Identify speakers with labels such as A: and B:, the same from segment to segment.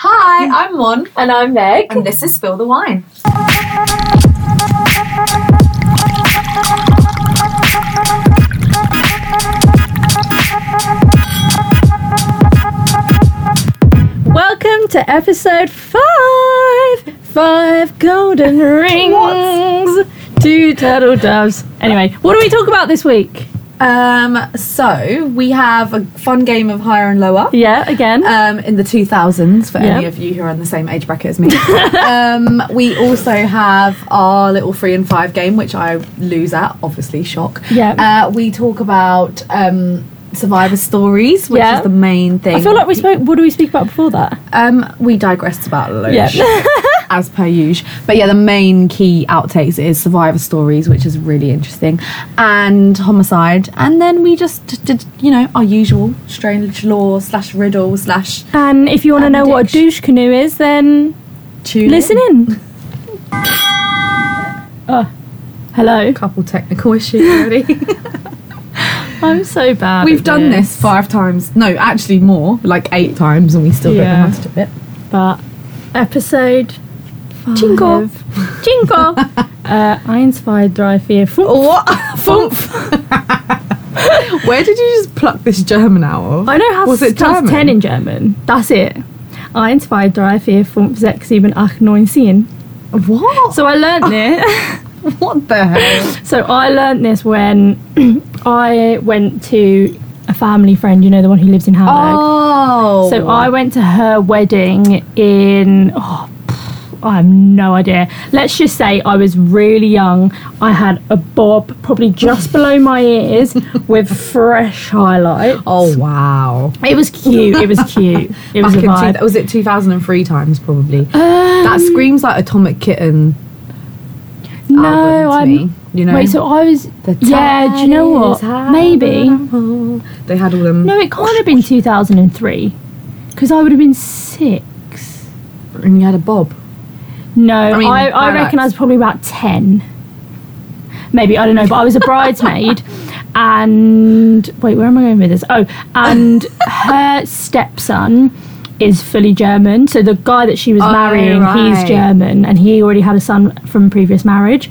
A: Hi, I'm Mon.
B: And I'm Meg.
A: And this is Spill the Wine.
B: Welcome to episode five. Five golden rings. Two turtle doves. Anyway, what do we talk about this week?
A: Um, so, we have a fun game of higher and lower.
B: Yeah, again.
A: Um, in the 2000s, for any
B: Yeah.
A: of you who are in the same age bracket as me. um, we also have our little three and five game, which I lose at, obviously, shock.
B: Yeah.
A: Uh, we talk about um, survivor stories, which
B: Yeah.
A: is the main thing.
B: I feel like we spoke. What do we speak about before that?
A: Um, we digressed about loads.
B: Yeah.
A: as per usual. But yeah, the main key outtakes is survivor stories, which is really interesting, and homicide, and then we just did you know our usual strange law slash riddle slash
B: And if you want to
A: And
B: know what a douche
A: douche.
B: canoe is, then
A: tune.
B: listen in. Oh, hello.
A: Couple technical issues already.
B: I'm so bad.
A: We've
B: at
A: done this five times. No, actually more, like eight times, and we still
B: Yeah.
A: don't know how to do it.
B: but episode Jingle. Jingle. uh, eins, zwei, drei, vier, fünf.
A: What? Where did you just pluck this German out of?
B: I know how
A: Was
B: to
A: it
B: count
A: German?
B: ten in German. That's it. Eins, zwei, drei, vier, fünf, sechs, sieben, acht, neun, zehn.
A: What?
B: So I learned it.
A: What the hell?
B: so I learned this when I went to a family friend. You know the one who lives in Hamburg.
A: Oh.
B: So I went to her wedding in. Oh, pff, I have no idea. Let's just say I was really young. I had a bob probably just below my ears with fresh highlights.
A: Oh wow!
B: It was cute. It was cute. It was a
A: Back in
B: vibe.
A: two, was it 2003 times probably?
B: Um,
A: that screams like Atomic Kitten.
B: no,
A: album to
B: I'm.
A: me, you know.
B: Wait, so I was. yeah, do you know
A: tide
B: what?
A: is high
B: Maybe.
A: when I'm home. they had all them.
B: No, it can't have been 2003, because I would have been six.
A: and you had a bob.
B: No, I,
A: I mean,
B: I,
A: highlights.
B: reckon I was probably about 10. Maybe, I don't know, but I was a bridesmaid. And. Wait, where am I going with this? Oh, and her stepson is fully German. So the guy that she was
A: Oh,
B: marrying, he's
A: right.
B: German, and he already had a son from a previous marriage.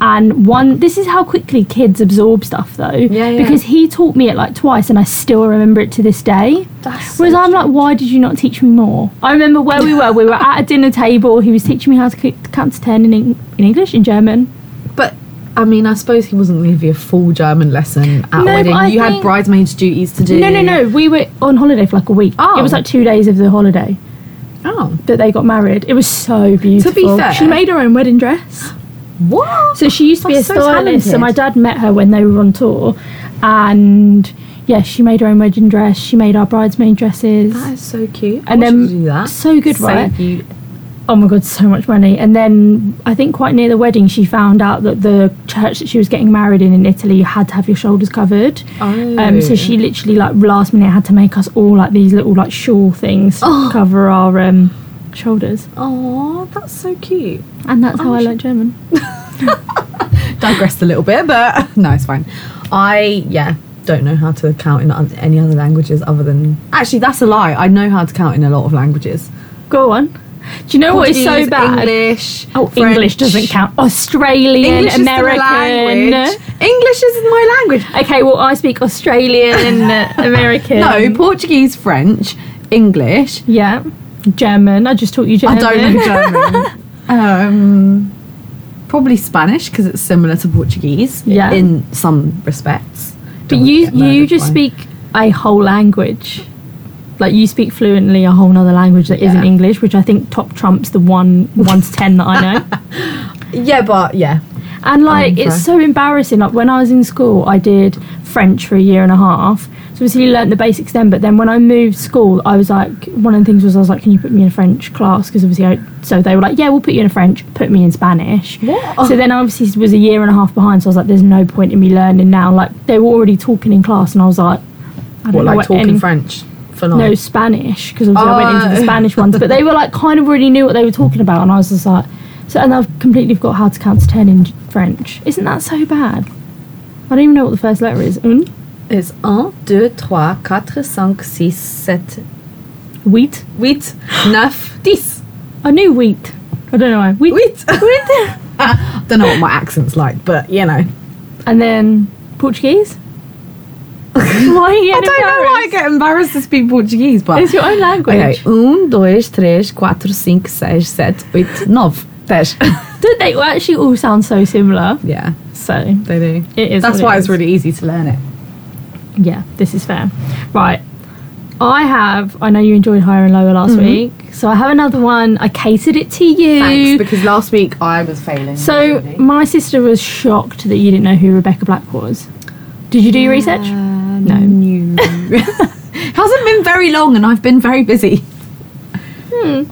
B: And one, this is how quickly kids absorb stuff though.
A: Yeah, yeah.
B: Because he taught me it like twice and I still remember it to this day.
A: That's
B: Whereas I'm like, why did you not teach me more? I remember where we were. We were at a dinner table. He was teaching me how to c- count to ten in, Eng- in English, in German.
A: But I mean, I suppose he wasn't going to give you a full German lesson at
B: No,
A: a wedding.
B: but I
A: you
B: think-
A: had bridesmaids' duties to do.
B: No, no, no. We were on holiday for like a week.
A: Oh.
B: It was like two days of the holiday
A: Oh,
B: that they got married. It was so beautiful.
A: fair-
B: she made her own wedding dress.
A: what?
B: So she used to
A: That's
B: be a
A: so
B: stylist. So,
A: talented.
B: my dad met her when they were on tour, and yeah, she made her own wedding dress. She made our bridesmaid dresses.
A: that is so cute.
B: And
A: I
B: then-
A: wish I could do that.
B: so good,
A: Save
B: right?
A: You
B: oh my god, so much money. And then I think quite near the wedding, she found out that the church that she was getting married in in Italy, you had to have your shoulders covered.
A: Oh.
B: Um, so she literally like last minute had to make us all like these little like shawl things to
A: Oh.
B: cover our um, shoulders.
A: Oh, that's so cute.
B: And that's how
A: Oh,
B: I
A: she-
B: learnt German.
A: digressed a little bit, but no, it's fine. I yeah don't know how to count in oth- any other languages other than actually that's a lie. I know how to count in a lot of languages.
B: Go on. Do you know what is so
A: Portuguese,
B: bad?
A: English.
B: Oh,
A: French.
B: English doesn't count. Australian,
A: English is still a
B: American.
A: language. English is my language.
B: okay, well I speak Australian, American.
A: No, Portuguese, French, English.
B: Yeah. German. I just taught you
A: I
B: German.
A: don't know German. um, probably Spanish because it's similar to Portuguese
B: Yeah.
A: in some respects.
B: But
A: Don't
B: you
A: get
B: you
A: murdered
B: just
A: by-
B: speak a whole language. Like you speak fluently a whole nother language that not
A: Yeah.
B: English, which I think top trumps the one one to ten that I know.
A: Yeah, but yeah,
B: And like
A: Um,
B: it's
A: fair.
B: so embarrassing. Like when I was in school I did French for a year and a half. So obviously learnt the basics then, but then when I moved school I was like one of the things was I was like, Can you put me in a French class? Because obviously I so they were like, Yeah, we'll put you in a French, put me in Spanish.
A: What?
B: So then I obviously was a year and a half behind, so I was like, There's no point in me learning now. Like they were already talking in class and I was like
A: what
B: I don't know
A: like
B: what
A: talking
B: any-
A: French for
B: no
A: life.
B: Spanish because obviously I went into the
A: Oh.
B: Spanish ones, but they were like kind of already knew what they were talking about, and I was just like, so and I've completely forgot how to count to ten in French. Isn't that so bad? I don't even know what the first letter is. Mm?
A: It's 1, 2, 3, 4, 5, 6, 7,
B: Wheat.
A: 8, 9, 10.
B: I knew wheat. I don't know why. Wheat.
A: Wheat.
B: wheat.
A: Don't know what my accent's like, but you know.
B: And then Portuguese. why are you
A: I don't know why I get embarrassed to speak Portuguese, but
B: It's your own language.
A: Okay, um, dois, três, quatro, cinco, seis, sete, oito, nove. Dez.
B: Don't they actually all sound so similar?
A: yeah,
B: So
A: they do.
B: it is.
A: That's
B: what it
A: why
B: is.
A: it's really easy to learn it.
B: Yeah, this is fair. Right. I have. I know you enjoyed higher and lower
A: Mm-hmm.
B: last week, so I have another one. I catered it to you.
A: Thanks, because last week I was failing.
B: So my sister was shocked that you didn't know who Rebecca Black was. Did you do your research?
A: no. Um, Hasn't been very long and I've been very busy.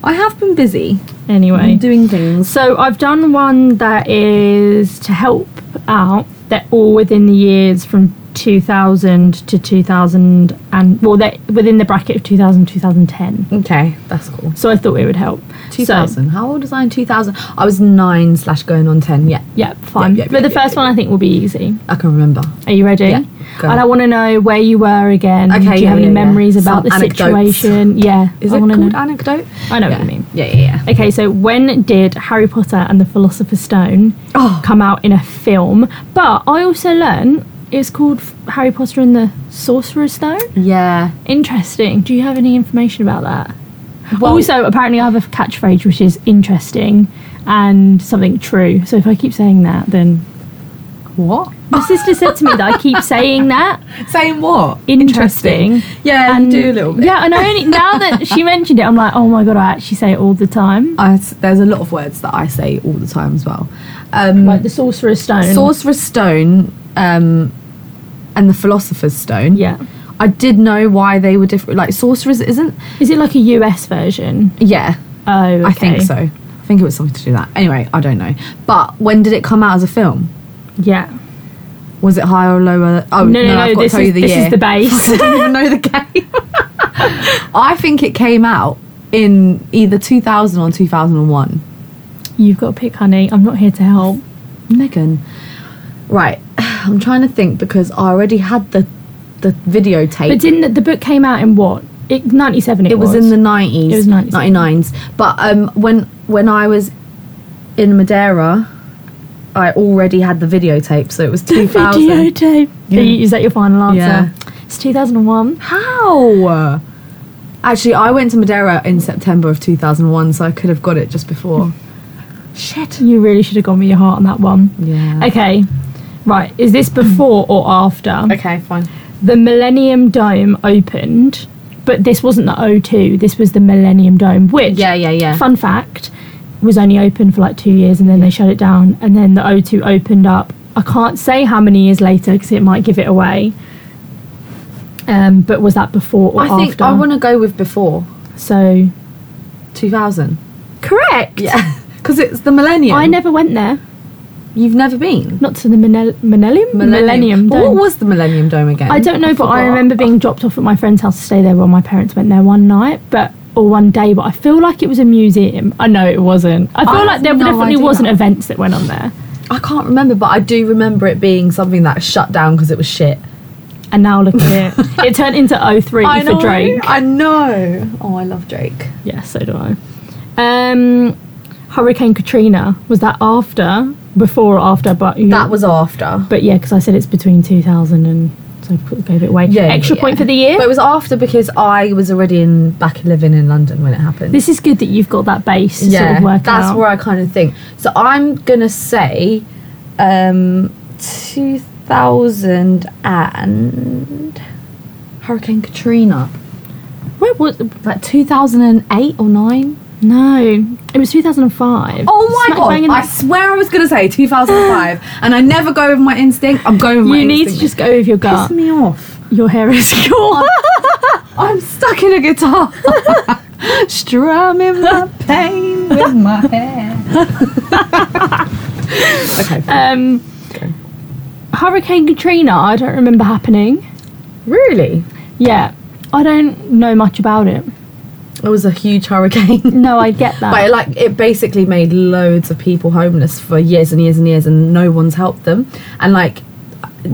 A: I have been busy.
B: Anyway,
A: doing things.
B: so I've done one that is to help out. They're all within the years from 2000 to 2000 and well, they're within the bracket of 2000 2010.
A: Okay, that's cool.
B: So I thought it would help. So-
A: 2000. How old was I in 2000? I was nine slash going on 10. Yeah,
B: yeah, fine.
A: Yeah, yeah,
B: but the
A: yeah,
B: first one I think will be easy.
A: I can remember.
B: Are you ready?
A: Yeah, go.
B: And I want to know where you were again.
A: Okay,
B: Do you
A: yeah,
B: have any
A: yeah, yeah.
B: memories about
A: Some
B: the
A: anecdotes.
B: situation? Yeah.
A: Is
B: I
A: it
B: wanna
A: called
B: know.
A: anecdote?
B: I know
A: yeah.
B: what you mean.
A: Yeah, yeah, yeah.
B: Okay, so when did Harry Potter and the Philosopher's Stone
A: Oh.
B: come out in a film? But I also learned it's called F- Harry Potter and the Sorcerer's Stone.
A: Yeah.
B: Interesting. Do you have any information about that?
A: Well-
B: also, apparently, I have a catchphrase which is interesting and something true. So if I keep saying that, then
A: What?
B: my sister said to me that I keep saying that.
A: Saying what?
B: Interesting.
A: Yeah, you do a little bit.
B: Yeah, and I only now that she mentioned it, I'm like, oh my god, I actually say it all the time.
A: I s there's a lot of words that I say all the time as well. Um,
B: Like the Sorcerer's Stone.
A: Sorcerer's Stone um, and the Philosopher's Stone.
B: yeah.
A: I did know why they were different. Like, Sorcerer's isn't.
B: Is it like a US version?
A: Yeah,
B: Oh,
A: I think
B: okay.
A: so. I think it was something to do with that. Anyway, I don't know. But when did it come out as a film?
B: Yeah.
A: Was it higher or lower? Oh,
B: No, no, no,
A: I've got
B: this
A: to tell
B: is-
A: you the
B: this is
A: year.
B: the base.
A: I don't even know the game. I think it came out in either 2000 or 2001.
B: You've got to pick, honey. I'm not here to help.
A: Megan. Right, I'm trying to think because I already had the the videotape.
B: But didn't the, the book came out in what? It, 97 it,
A: it was, in the 90s.
B: It was 90s.
A: 99s. But um, when when I was in Madeira, I already had the videotape, so it was 2000.
B: videotape.
A: Yeah.
B: Are you- Is that your final answer?
A: Yeah.
B: It's 2001.
A: How? Actually, I went to Madeira in September of 2001, so I could have got it just before. Shit.
B: You really should have gone with your heart on that one.
A: Yeah.
B: Okay. Right. Is this before or after?
A: Okay, fine.
B: The Millennium Dome opened, but this wasn't the O2. This was the Millennium Dome, which
A: Yeah, yeah, yeah.
B: Fun fact was only open for like two years and then they shut it down. And then the O2 opened up. I can't say how many years later because it might give it away. Um, but was that before or
A: I think
B: after?
A: I want to go with before
B: so
A: 2000.
B: correct.
A: Yeah. Because it's the millennium.
B: I never went there.
A: You've never been?
B: Not to the Minel- Millennium. Millennium.
A: But
B: Dome.
A: What was the Millennium Dome again?
B: I don't know, but I
A: forgot.
B: remember being dropped off at my friend's house to stay there while my parents went there one night, but or one day. But I feel like it was a museum. I know it wasn't. I feel
A: I
B: like
A: have
B: there
A: no
B: definitely
A: idea.
B: wasn't events that went on there.
A: I can't remember, but I do remember it being something that shut down because it was shit.
B: And now look at it. It turned into 03 for Drake.
A: I know. Oh, I love Drake.
B: Yeah, so do I. Um, Hurricane Katrina was that after, before or after? But you-
A: That was after.
B: But yeah, because I said it's between 2000 and so I gave it away.
A: Yeah,
B: Extra
A: yeah.
B: point for the year.
A: But it was after because I was already in back living in London when it happened.
B: this is good that you've got that base to sort of work
A: that's
B: out.
A: where I kind of think. So I'm gonna say, um, 2000 and Hurricane Katrina.
B: Where was
A: Like 2008 or 9?
B: No, it was 2005.
A: Oh my
B: Smack bang in
A: god!
B: the-
A: I swear I was gonna say 2005, and I never go with my instinct. I'm going with my
B: you need
A: instinct.
B: to just go with your gut.
A: piss me Oh off.
B: Your hair is cool.
A: I'm stuck in a guitar, strumming my pain with my hair. okay,
B: um,
A: Okay.
B: Hurricane Katrina, I don't remember happening.
A: really?
B: Yeah, I don't know much about it.
A: It was a huge hurricane.
B: No, I get that.
A: But it, like it basically made loads of people homeless for years and years and years, and no one's helped them. And like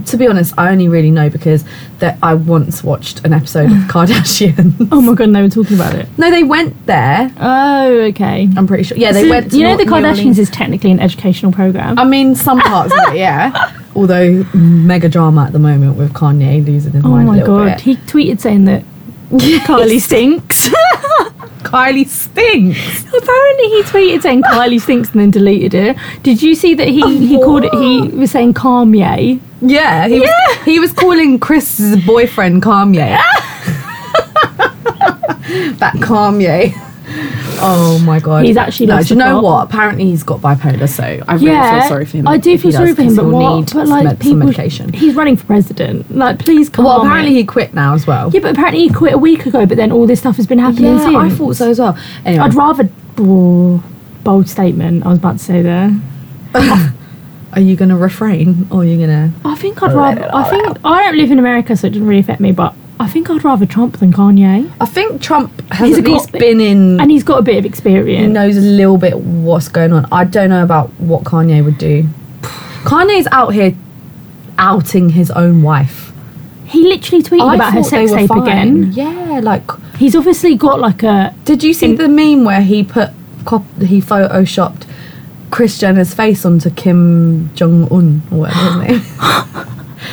A: to be honest, I only really know because that I once watched an episode of Kardashian.
B: Oh my god, and they were talking about it.
A: no, they went there.
B: Oh, okay.
A: I'm pretty sure. Yeah, they
B: So,
A: went. To
B: you know,
A: Nor-
B: the
A: New Orleans.
B: Kardashians is technically an educational program.
A: I mean, some parts of it, yeah. Although mega drama at the moment with Kanye losing his
B: oh
A: mind a
B: my
A: little
B: god,
A: bit.
B: he tweeted saying that Kylie stinks.
A: Kylie stinks.
B: Apparently, he tweeted saying Kylie stinks and then deleted it. Did you see that he he called it? He was saying Kanye.
A: Yeah, he was. He was calling Chris's boyfriend Kanye. that Kanye. Oh my god.
B: He's actually
A: no.
B: lost
A: Do you
B: the
A: know
B: plot.
A: what? Apparently, he's got bipolar, so I really feel sorry for him.
B: I do
A: if he
B: feel sorry
A: does,
B: for him,
A: 'cause
B: but
A: he'll
B: what?
A: need
B: but like
A: med- some
B: people, Oh
A: medication.
B: he's running for president. Like, please come
A: Well, apparently he quit now as well.
B: yeah, but apparently he quit a week ago. But then all this stuff has been happening since.
A: I thought so as well. Anyway,
B: I'd rather oh, bold statement. I was about to say there.
A: are you going to refrain or are you going to?
B: I think I'd rather. I think I don't live in America, so it doesn't really affect me. But I think I'd rather Trump than Kanye,
A: I think Trump has
B: He's
A: at
B: a
A: least
B: cop.
A: been in.
B: and he's got a bit of experience.
A: he knows a little bit what's going on. I don't know about what Kanye would do. Kanye's out here outing his own wife.
B: He literally tweeted
A: I
B: about her
A: thought they
B: sex
A: were
B: tape
A: fine.
B: again.
A: Yeah, like
B: He's obviously got like a.
A: did you see
B: In-
A: the meme where he put cop- he photoshopped Chris Jenner's face onto Kim Jong Un or whatever his name?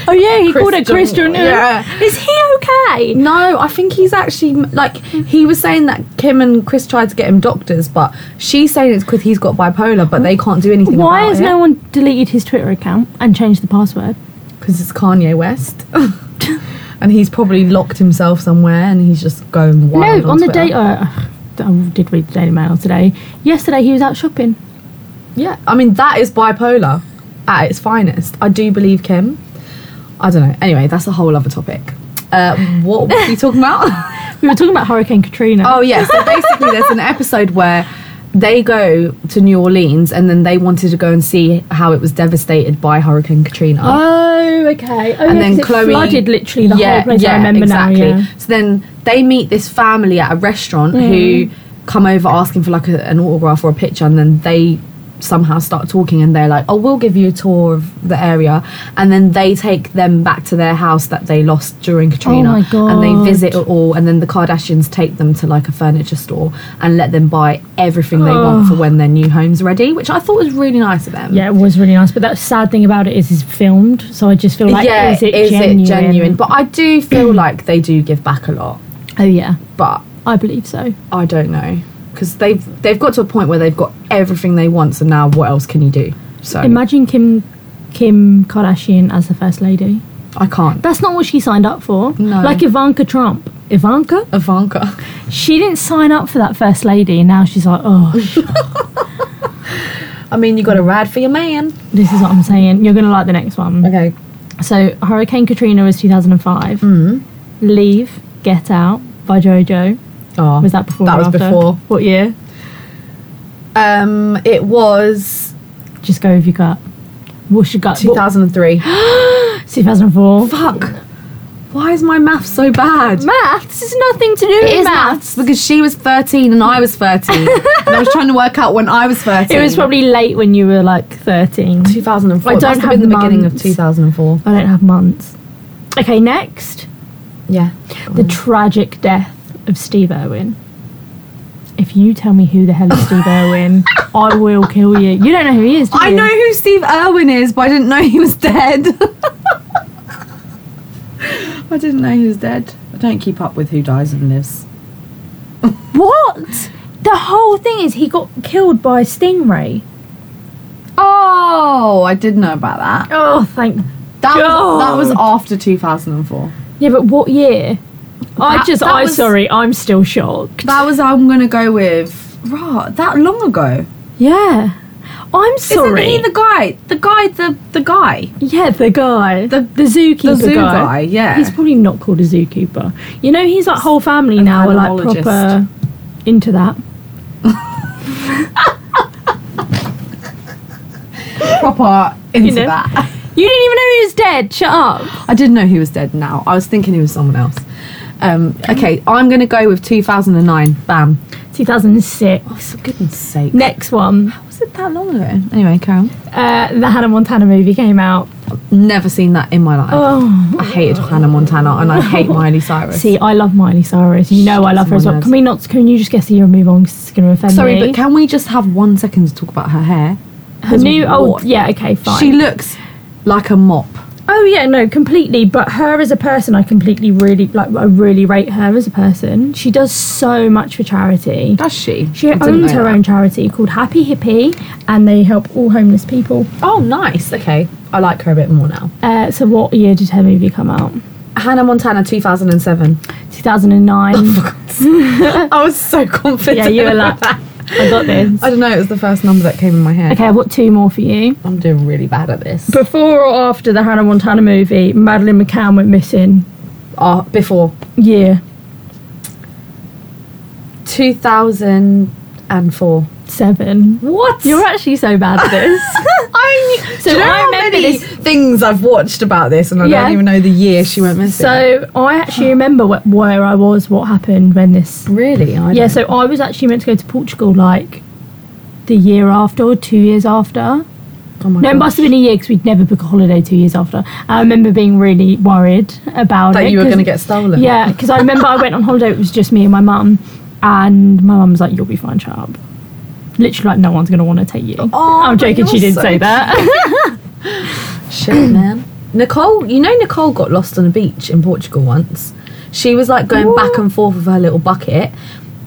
B: Oh yeah, he
A: called her Kris Jenner.
B: Yeah. Is he okay?
A: No, I think he's actually like he was saying that Kim and Chris tried to get him doctors, but she's saying it's because he's got bipolar, but they can't do anything.
B: Why
A: about
B: has no one deleted his Twitter account and changed the password?
A: Because it's Kanye West, and he's probably locked himself somewhere, and he's just going wild.
B: no, on the
A: Twitter.
B: day. Uh, I did read the Daily Mail today. Yesterday he was out shopping.
A: Yeah, I mean that is bipolar at its finest. I do believe Kim. I don't know. Anyway, that's a whole other topic. Uh, what were we talking about?
B: We were talking about Hurricane Katrina.
A: Oh yeah, so basically there's an episode where they go to New Orleans and then they wanted to go and see how it was devastated by Hurricane Katrina.
B: Oh, okay. Oh,
A: and
B: yeah, 'cause
A: then
B: it
A: Chloe
B: flooded literally the whole place. I remember
A: exactly.
B: now. Yeah.
A: So then they meet this family at a restaurant
B: Mm.
A: who come over asking for like a, an autograph or a picture, and then they somehow start talking and they're like, "Oh, we'll give you a tour of the area," and then they take them back to their house that they lost during Katrina,
B: Oh, my God.
A: and they visit it all, and then the Kardashians take them to like a furniture store and let them buy everything they
B: Oh.
A: want for when their new home's ready, which I thought was really nice of them.
B: Yeah, it was really nice. But that sad thing about it is it's filmed, so I just feel like
A: yeah,
B: is it genuine?
A: But I do feel like they do give back a lot.
B: Oh yeah,
A: but
B: I believe so.
A: I don't know because they've they've got to a point where they've got everything they want. So now, what else can you do? So
B: Imagine Kim Kim Kardashian as the first lady.
A: I can't.
B: That's not what she signed up for.
A: No.
B: Like Ivanka Trump. Ivanka?
A: Ivanka.
B: She didn't sign up for that first lady and now she's like, oh,
A: I mean, you got to ride for your man.
B: this is what I'm saying. You're going to like the next one.
A: Okay.
B: So Hurricane Katrina was 2005.
A: Mm.
B: Leave, Get Out by JoJo.
A: Oh,
B: Was that before
A: That
B: or
A: was
B: after?
A: before.
B: What year?
A: Um, it was
B: Just go with your gut. What's your gut? What-
A: 2003.
B: 2004.
A: Fuck. Why is my math so bad?
B: Maths is nothing to do with maths.
A: because she was 13 and I was 13, and I was trying to work out when I was 13.
B: It was probably late when you were like 13.
A: 2004.
B: I
A: It
B: don't
A: must have
B: have
A: been the beginning of
B: months.
A: 2004.
B: I don't have months. Okay, next.
A: Yeah.
B: The tragic death of Steve Irwin. If you tell me who the hell is Steve Irwin, I will kill you. You don't know who he is, do
A: I
B: you?
A: know who Steve Irwin is, but I didn't know he was dead. I didn't know he was dead. I don't keep up with who dies and lives.
B: What? The whole thing is he got killed by a stingray.
A: Oh, I did know about that.
B: Oh, thank.
A: That was,
B: God.
A: that was after 2004.
B: Yeah, but what year? I
A: That-
B: just,
A: that
B: I'm
A: was-
B: sorry, I'm still shocked.
A: That was I'm gonna go with. Right, that long ago.
B: Yeah. I'm sorry.
A: Isn't he the guy? The guy, the the guy,
B: yeah, the guy. The,
A: the
B: the zookeeper
A: zoo guy. Yeah.
B: He's probably not called a zookeeper. You know, he's like whole family now are like
A: animalogist.
B: proper into that.
A: proper into
B: know.
A: that.
B: You didn't even know he was dead. Shut up.
A: I didn't know he was dead. Now I was thinking he was someone else. Um, okay, I'm gonna go with 2009. Bam.
B: 2006.
A: Oh, For goodness sake.
B: Next one,
C: Was it that long ago? Anyway, Carol.
B: uh, the Hannah Montana movie came out.
A: Never seen that in my life.
B: Oh,
A: I hated Hannah Montana and I hate Miley Cyrus.
B: see, I love Miley Cyrus. You know I love her as well. Can we not? Can you just guess the year and move on? 'cause it's going to offend
A: Sorry,
B: me.
A: but can we just have one second to talk about her hair?
B: her new
A: what?
B: old yeah okay fine.
A: She looks like a mop.
B: oh yeah no completely. But her as a person, I completely really like. I really rate her as a person. She does so much for charity.
A: Does she?
B: She
A: I didn't
B: owns
A: know
B: her
A: that.
B: own charity called Happy Hippie, and they help all homeless people.
A: Oh, nice. Okay. I like her a bit more now.
B: Uh, so, what year did her movie come out?
A: Hannah Montana 2007.
B: 2009.
A: I was so confident.
B: yeah, you were like,
A: about that.
B: I got this.
A: I don't know, it was the first number that came in my head.
B: Okay, I've got two more for you.
A: I'm doing really bad at this.
B: Before or after the Hannah Montana movie, Madeline McCann went missing.
A: Uh, before
B: Year
A: 2004.
B: seven.
A: What?
B: You're actually so bad at this.
A: I knew, do
B: So
A: you know
B: I
A: how
B: remember
A: many
B: this-
A: things I've watched about this, and I
B: Yeah.
A: don't even know the year she went missing.
B: so, I actually remember wh- where I was, what happened when this
A: really, I
B: Yeah,
A: don't-
B: so I was actually meant to go to Portugal like the year after or two years after.
A: Oh my
B: No, it
A: God.
B: must have been a year because we'd never book a holiday two years after. I remember being really worried about
A: that
B: it
A: you were
B: 'cause-
A: going to get stolen.
B: Yeah, because I remember I went on holiday. It was just me and my mum, and my mum was like, "You'll be fine, shut up." Literally, like no one's going to want to take you.
A: Oh,
B: I'm joking. She
A: you're
B: didn't
A: so
B: say that.
A: Shit, man. Nicole, you know Nicole got lost on a beach in Portugal once. She was like going back and forth with her little bucket,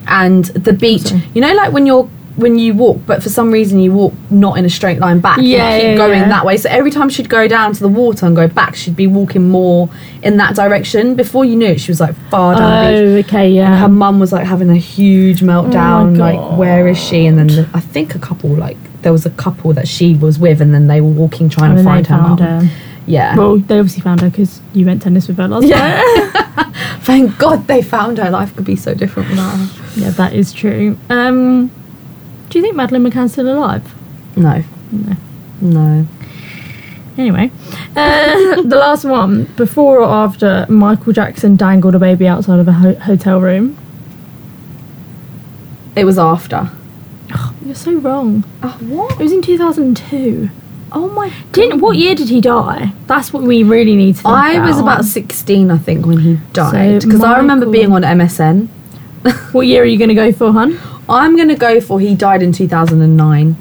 A: and the beach. You know, like when you're when you walk, but for some reason you walk not in a straight line back. You
B: Yeah,
A: keep
B: yeah,
A: going
B: yeah.
A: that way. So every time she'd go down to the water and go back, she'd be walking more in that direction. Before you knew it, she was like far down the beach.
B: oh, okay,
A: And her
B: yeah. Oh
A: mum was like having a huge meltdown, like
B: God.
A: where is she? And then the, I think a couple like there was a couple that she was with, and then they were walking trying
B: And
A: to
B: then
A: find
B: they
A: her mum.
B: found her.
A: Yeah.
B: Well, they obviously found her because you went tennis with her last yeah. night.
A: Thank God they found her. Life could be so different without her.
B: Yeah, that is true. Um, do you think Madeline McCann's still alive?
A: No.
B: No.
A: No.
B: Anyway, uh, the last one before or after Michael Jackson dangled a baby outside of a ho- hotel room.
A: It was after.
B: You're so wrong.
A: Oh what?
B: It was in 2002.
A: Oh my!
B: Didn't what year did he die? That's what we really need to. Think
A: I was about sixteen, I think, when he died. Because I remember
B: Michael-
A: being on MSN.
B: What year are you going to go for, hun?
A: I'm gonna go for he died in 2009.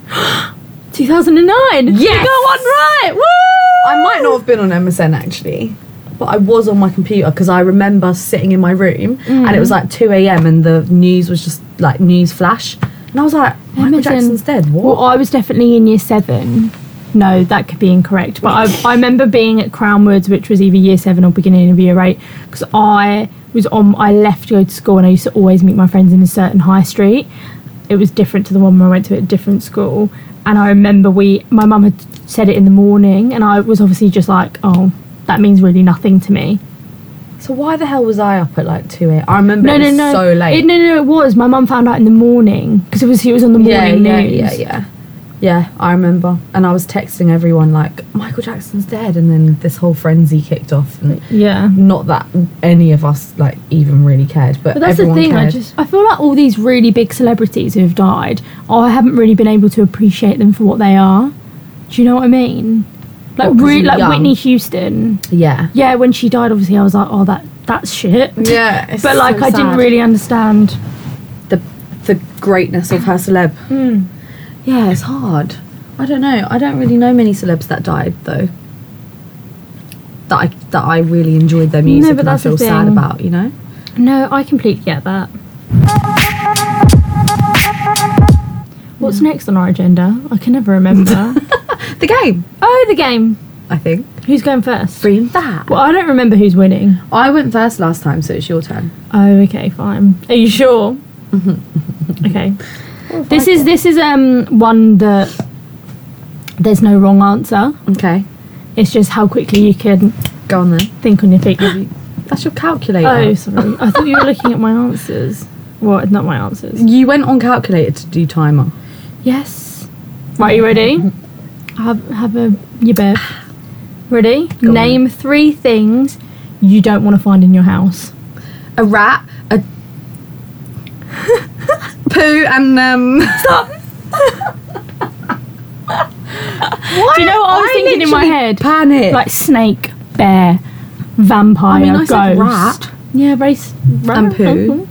B: 2009.
A: Yes!
B: you got one right. Woo!
A: I might not have been on MSN actually, but I was on my computer because I remember sitting in my room and it was like 2 a.m. and the news was just like news flash. And I was like, Michael
B: MSN.
A: Jackson's dead. What?
B: Well, I was definitely in year seven. No, that could be incorrect. But I, I remember being at Crown Woods, which was either year seven or beginning of year eight, because I was on. I left to go to school, and I used to always meet my friends in a certain high street. It was different to the one where I went to at a different school, and I remember we. My mum had said it in the morning, and I was obviously just like, "Oh, that means really nothing to me."
A: So why the hell was I up at like 2 a.m.? I remember
B: No,
A: it
B: no,
A: was
B: no.
A: so late.
B: It, no, no, it was. My mum found out in the morning because it was. It was on the
A: yeah,
B: morning
A: yeah,
B: news.
A: yeah, yeah. Yeah, I remember. And I was texting everyone like, Michael Jackson's dead. And then this whole frenzy kicked off. And
B: yeah.
A: not that any of us like even really cared, but,
B: But that's the
A: everyone
B: thing.
A: cared.
B: I just I feel like all these really big celebrities who have died, I haven't really been able to appreciate them for what they are. Do you know what I mean?
A: What,
B: Like
A: 'cause
B: really,
A: you're
B: like
A: young?
B: Whitney Houston.
A: yeah.
B: Yeah, when she died, obviously I was like, oh that that's shit.
A: Yeah, it's
B: But like
A: so
B: I didn't
A: sad.
B: really understand.
A: the the greatness of her celeb.
B: Hmm.
A: Yeah, it's hard. I don't know. I don't really know many celebs that died though. That I that I really enjoyed their music
B: but
A: and I
B: that's the
A: feel sad
B: thing.
A: about. You know.
B: No, I completely get that. What's next on our agenda? I can never remember.
A: The game.
B: oh, the game.
A: I think.
B: Who's going first?
A: Bring that.
B: Well, I don't remember who's winning.
A: I went first last time, so it's your turn.
B: Oh, okay, fine. Are you sure? okay. This is this is um one that there's no wrong answer.
A: Okay.
B: It's just how quickly you can
A: Go on then.
B: think on your feet.
A: That's your calculator.
B: Oh, sorry. I thought you were looking at my answers. Well, not my answers.
A: You went on calculator to do timer.
B: Yes. Right, you ready? Have have a your bed. Ready?
A: on.
B: Name three things you don't want to find in your house.
A: A rat, a poo and um.
B: Do you know what I was thinking in my
A: literally
B: head?
A: Panic.
B: Like snake, bear, vampire,
A: I mean, I
B: ghost.
A: said rat.
B: Yeah, race. Rat.
A: And poo.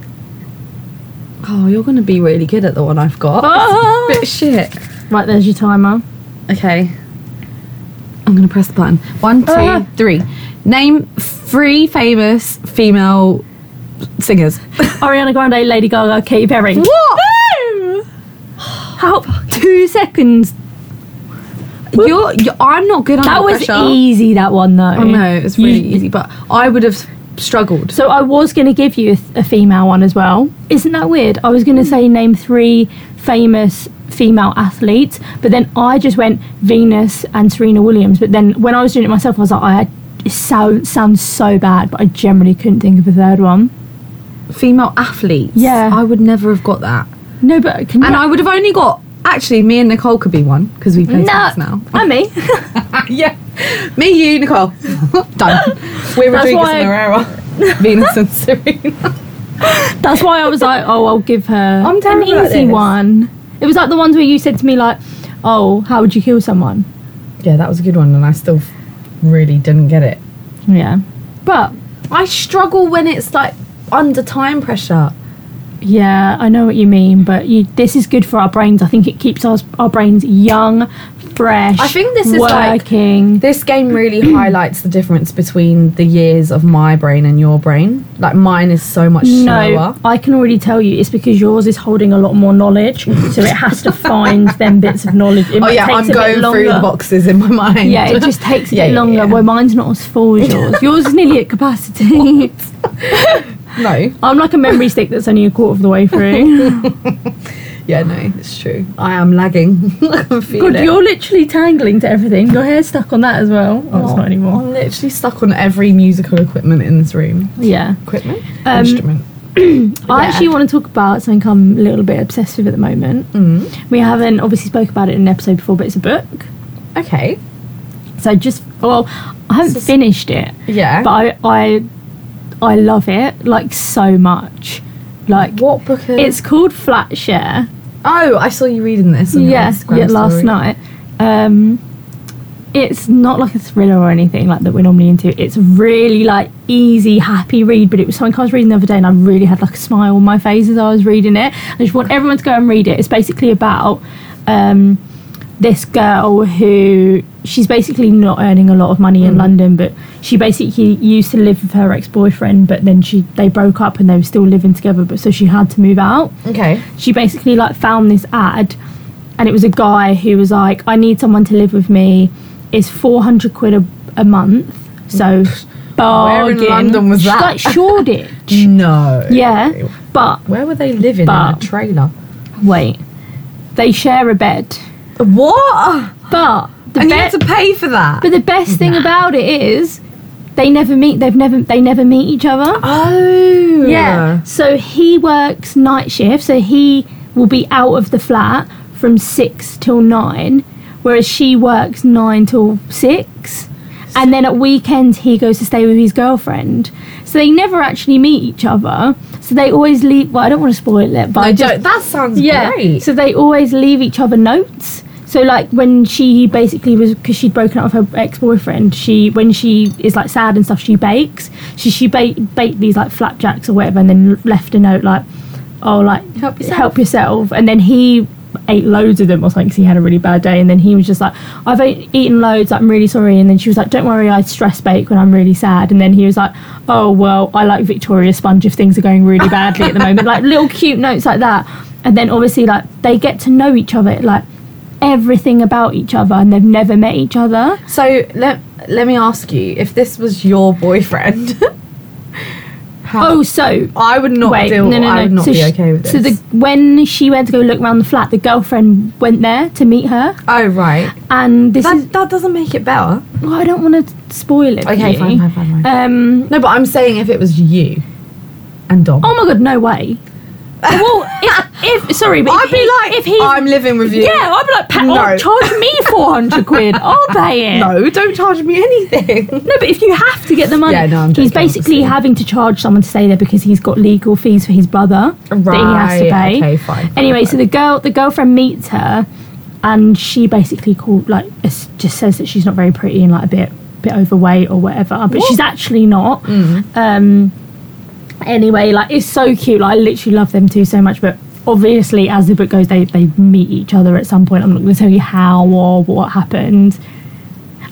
A: Oh, you're gonna be really good at the one I've got.
B: Ah.
A: Bit shit.
B: Right, there's your timer.
A: Okay. I'm gonna press the button.
C: One, two, three.
B: Ah.
C: Name three famous female singers.
B: Ariana Grande, Lady Gaga, Katy Perry.
C: What?
B: Help! Two seconds.
C: You're, you I'm not good under
B: That was
C: pressure.
B: easy. That one though.
A: I know it's really
B: You-
A: easy, but I would have struggled.
B: So I was going to give you a, th- a female one as well. Isn't that weird? I was going to say name three famous female athletes, but then I just went Venus and Serena Williams. But then when I was doing it myself, I was like, I had, it so, sounds so bad, but I generally couldn't think of a third one.
A: Female athletes.
B: Yeah.
A: I would never have got that,
B: No, but can
A: and
B: you?
A: I would have only got. Actually, me and Nicole could be one because we play tennis now.
B: no, and me.
A: yeah, me, you, Nicole. Done. We're
B: That's
A: Rodriguez
B: why-
A: and Herrera, Venus and Serena.
B: That's why I was like, oh, I'll give her
A: I'm
B: an
A: terrible at
B: easy
A: this.
B: one. It was like the ones where you said to me like, oh, how would you kill someone?
A: Yeah, that was a good one, and I still really didn't get it.
B: Yeah, but
A: I struggle when it's like under time pressure.
B: Yeah, I know what you mean, but you, this is good for our brains. I think it keeps our, our brains young, fresh.
A: I think this is like-
B: working.
A: This game really highlights the difference between the years of my brain and your brain. Like mine is so much
B: no, Oh,
A: slower.
B: I can already tell you it's because yours is holding a lot more knowledge, so it has to find them bits of knowledge. It
A: Oh yeah,
B: takes
A: I'm
B: a bit
A: going through the
B: longer.
A: boxes in my mind.
B: Yeah, it just takes a
A: Yeah,
B: bit
A: yeah,
B: longer.
A: yeah.
B: Where mine's not as full as yours. yours is nearly at capacity.
A: no.
B: I'm like a memory stick that's only a quarter of the way through.
A: Yeah, no, it's true. I am lagging. I can feel
B: God,
A: it.
B: you're literally tangling to everything. Your hair's stuck on that as well. Oh, it's not anymore.
A: I'm literally stuck on every musical equipment in this room.
B: Yeah.
A: Equipment?
B: Um,
A: Instrument.
B: I
A: Yeah.
B: actually want to talk about something I'm a little bit obsessed with at the moment.
A: Mm.
B: We haven't obviously spoke about it in an episode before, but it's a book.
A: Okay.
B: So I just well, I haven't finished it,
A: Yeah.
B: but I I I love it like so much. Like
A: what book is
B: it's called Flatshare.
A: Oh, I saw you reading this on your
B: Yeah,
A: Instagram
B: yeah, last
A: story.
B: night. Um, it's not like a thriller or anything like that we're normally into. It's really like easy, happy read. But it was something I was reading the other day, and I really had like a smile on my face as I was reading it. I just want everyone to go and read it. It's basically about um, this girl who she's basically not earning a lot of money in London, but she basically used to live with her ex boyfriend, but then she they broke up and they were still living together. But so she had to move out
A: Okay.
B: she basically like found this ad and it was a guy who was like i need someone to live with me it's 400 quid a, a month so bargain
A: London was
B: She's
A: that?
B: like shoreditch
A: No.
B: yeah but
A: Where were they living in a
B: But-
A: trailer?
B: wait they share a bed
A: What?
B: but the
A: and you
B: bed
A: had to pay for that.
B: but the best thing about it is they never meet they've never they never meet each other
A: oh.
B: Yeah. So he works night shift, so he will be out of the flat from six till nine, whereas she works nine till six. And then at weekends, he goes to stay with his girlfriend. So they never actually meet each other. So they always leave. Well, I don't want to spoil it, but
A: I
B: I just,
A: don't. That sounds
B: yeah.
A: great.
B: So they always leave each other notes. So like when she basically was because she'd broken up with her ex boyfriend, she when she is like sad and stuff, she bakes. She she ba- baked these like flapjacks or whatever, and then left a note like, oh like
A: Help yourself.
B: help yourself. And then he ate loads of them or something 'cause he had a really bad day. And then he was just like, I've ate- eaten loads. I'm really sorry. And then she was like, Don't worry, I stress bake when I'm really sad. And then he was like, Oh well, I like Victoria Sponge if things are going really badly at the moment. Like little cute notes like that. And then obviously like they get to know each other like everything about each other and they've never met each other.
A: So let let me ask you, if this was your boyfriend, how,
B: Oh, so
A: I would not
B: Wait,
A: deal.
B: no, no, no.
A: I would not
B: so
A: be
B: she-
A: okay with this.
B: So the, when she went to go look around the flat, the girlfriend went there to meet her,
A: oh right,
B: and this is.
A: that that doesn't make it better.
B: Well, I don't want to spoil it. for
A: Okay,
B: you.
A: fine, fine, fine, fine.
B: Um.
A: No, but I'm saying if it was you and Dom.
B: Oh my god, no way. Well, if, if sorry, but
A: I'd
B: if, he,
A: be like,
B: if he's
A: I'm living with you.
B: yeah, I'd be like, Pat,
A: No.
B: oh, charge me four hundred quid. I'll pay it.
A: No, don't charge me anything.
B: No, but if you have to get the money,
A: Yeah, no, I'm joking,
B: he's basically
A: obviously.
B: having to charge someone to stay there because he's got legal fees for his brother that he has
A: Right,
B: to pay.
A: okay, fine, fine,
B: anyway, so the girl, the girlfriend meets her, and she basically called like s- just says that she's not very pretty and like a bit bit overweight or whatever, but she's actually not. Um, anyway, like it's so cute. Like I literally love them two so much, but. Obviously, as the book goes, they, they meet each other at some point. I'm not going to tell you how or what happened.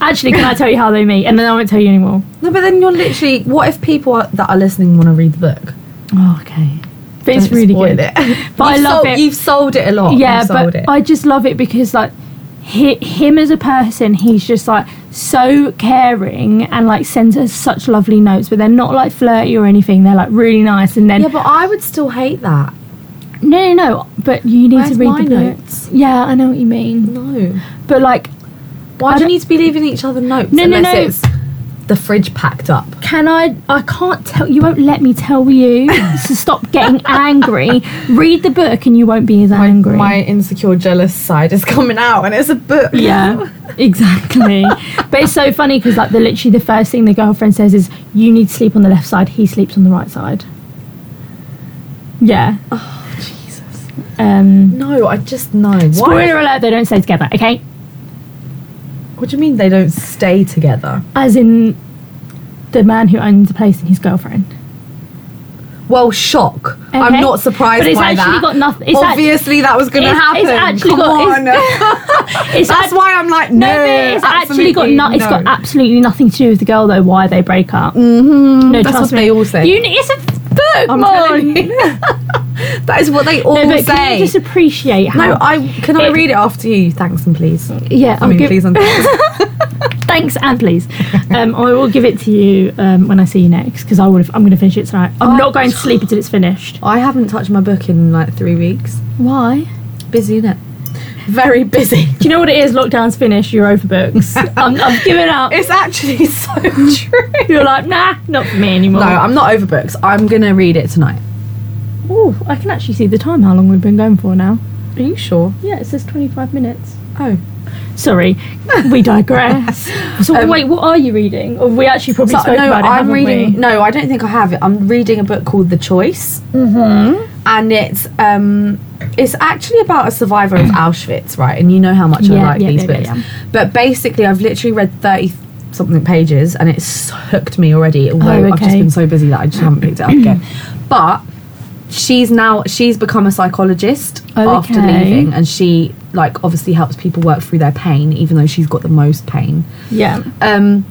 B: Actually, can I tell you how they meet? And then I won't tell you anymore.
A: no, but then you're literally. What if people are, that are listening want to read the book?
B: Oh, okay. But it's
A: Don't
B: really
A: spoil
B: good.
A: It.
B: But I
A: You've
B: love
A: sold,
B: it.
A: You've sold it a lot.
B: Yeah,
A: You've sold
B: but
A: it.
B: I just love it because like hi him as a person, he's just like so caring and like sends us such lovely notes. But they're not like flirty or anything. They're like really nice. And then
A: yeah, but I would still hate that.
B: no, no, no. But you need to
A: Where's
B: read
A: my
B: the book.
A: notes?
B: Yeah, I know what you mean.
A: No.
B: But like,
A: Why
B: I
A: do you
B: don't-
A: need to be leaving each other notes?
B: No, no,
A: unless
B: no.
A: It's the fridge packed up.
B: can I? I can't tell. You won't let me tell you. so stop getting angry. Read the book, and you won't be as
A: My,
B: angry.
A: my insecure, jealous side is coming out, and it's a book.
B: Yeah, exactly. but it's so funny because like the literally the first thing the girlfriend says is, "You need to sleep on the left side. He sleeps on the right side." Yeah.
A: Oh, Jesus.
B: Um,
A: No, I just know. Why?
B: spoiler alert: they don't stay together. Okay,
A: What do you mean they don't stay together?
B: as in the man who owns the place and his girlfriend.
A: Well, shock. I'm
B: Okay.
A: not surprised
B: But it's
A: by
B: actually
A: that.
B: got nothing- it's act-
A: Obviously, that was going to
B: It's-
A: happen.
B: it's actually
A: Come
B: got-
A: on.
B: It's
A: That's
B: act-
A: why I'm like, no.
B: No, but it's actually got
A: absolutely
B: no, It's got absolutely nothing to do with the girl though. Why they break up?
A: Mm.
B: Mm-hmm. No,
A: That's
B: trust
A: what
B: me.
A: they all say.
B: You, it's a book,
A: I'm
B: Mon.
A: telling you. that is what they all
B: No, but can
A: say.
B: you just appreciate how?
A: no, I can I
B: It-
A: read it after you. Thanks and please.
B: yeah,
A: I
B: I'll
A: mean,
B: give-
A: please and thanks.
B: Thanks and please. Um, I will give it to you um, when I see you next because I would. I'm going to finish it tonight. I'm not going to sleep until it's finished.
A: I haven't touched my book in like three weeks.
B: Why?
A: Busy, innit? Very busy.
B: Do you know what it is? Lockdown's finished. You're over books. I'm, I'm giving up.
A: It's actually so true.
B: You're like nah, not for me anymore.
A: No, I'm not over books. I'm gonna read it tonight.
B: Ooh, I can actually see the time. How long we've been going for now?
A: Are you sure?
B: Yeah, it says 25 minutes.
A: Oh,
B: Sorry, we digress. So
A: Um,
B: wait, what are you reading? Or we actually probably
A: So-
B: spoke
A: no,
B: about it.
A: I'm
B: haven't
A: reading.
B: We?
A: No, I don't think I have it. I'm reading a book called The Choice,
B: Mm-hmm.
A: and it's um, it's actually about a survivor of Auschwitz, right? And you know how much I
B: Yeah,
A: like
B: yeah,
A: these
B: yeah, yeah,
A: books,
B: yeah.
A: but basically, I've literally read thirty something pages, and it's hooked me already. Although
B: Oh,
A: I've just
B: okay.
A: been so busy that I just haven't picked it up again. But she's now she's become a psychologist after
B: Okay.
A: leaving, and she like obviously helps people work through their pain, even though she's got the most pain
B: Yeah.
A: um,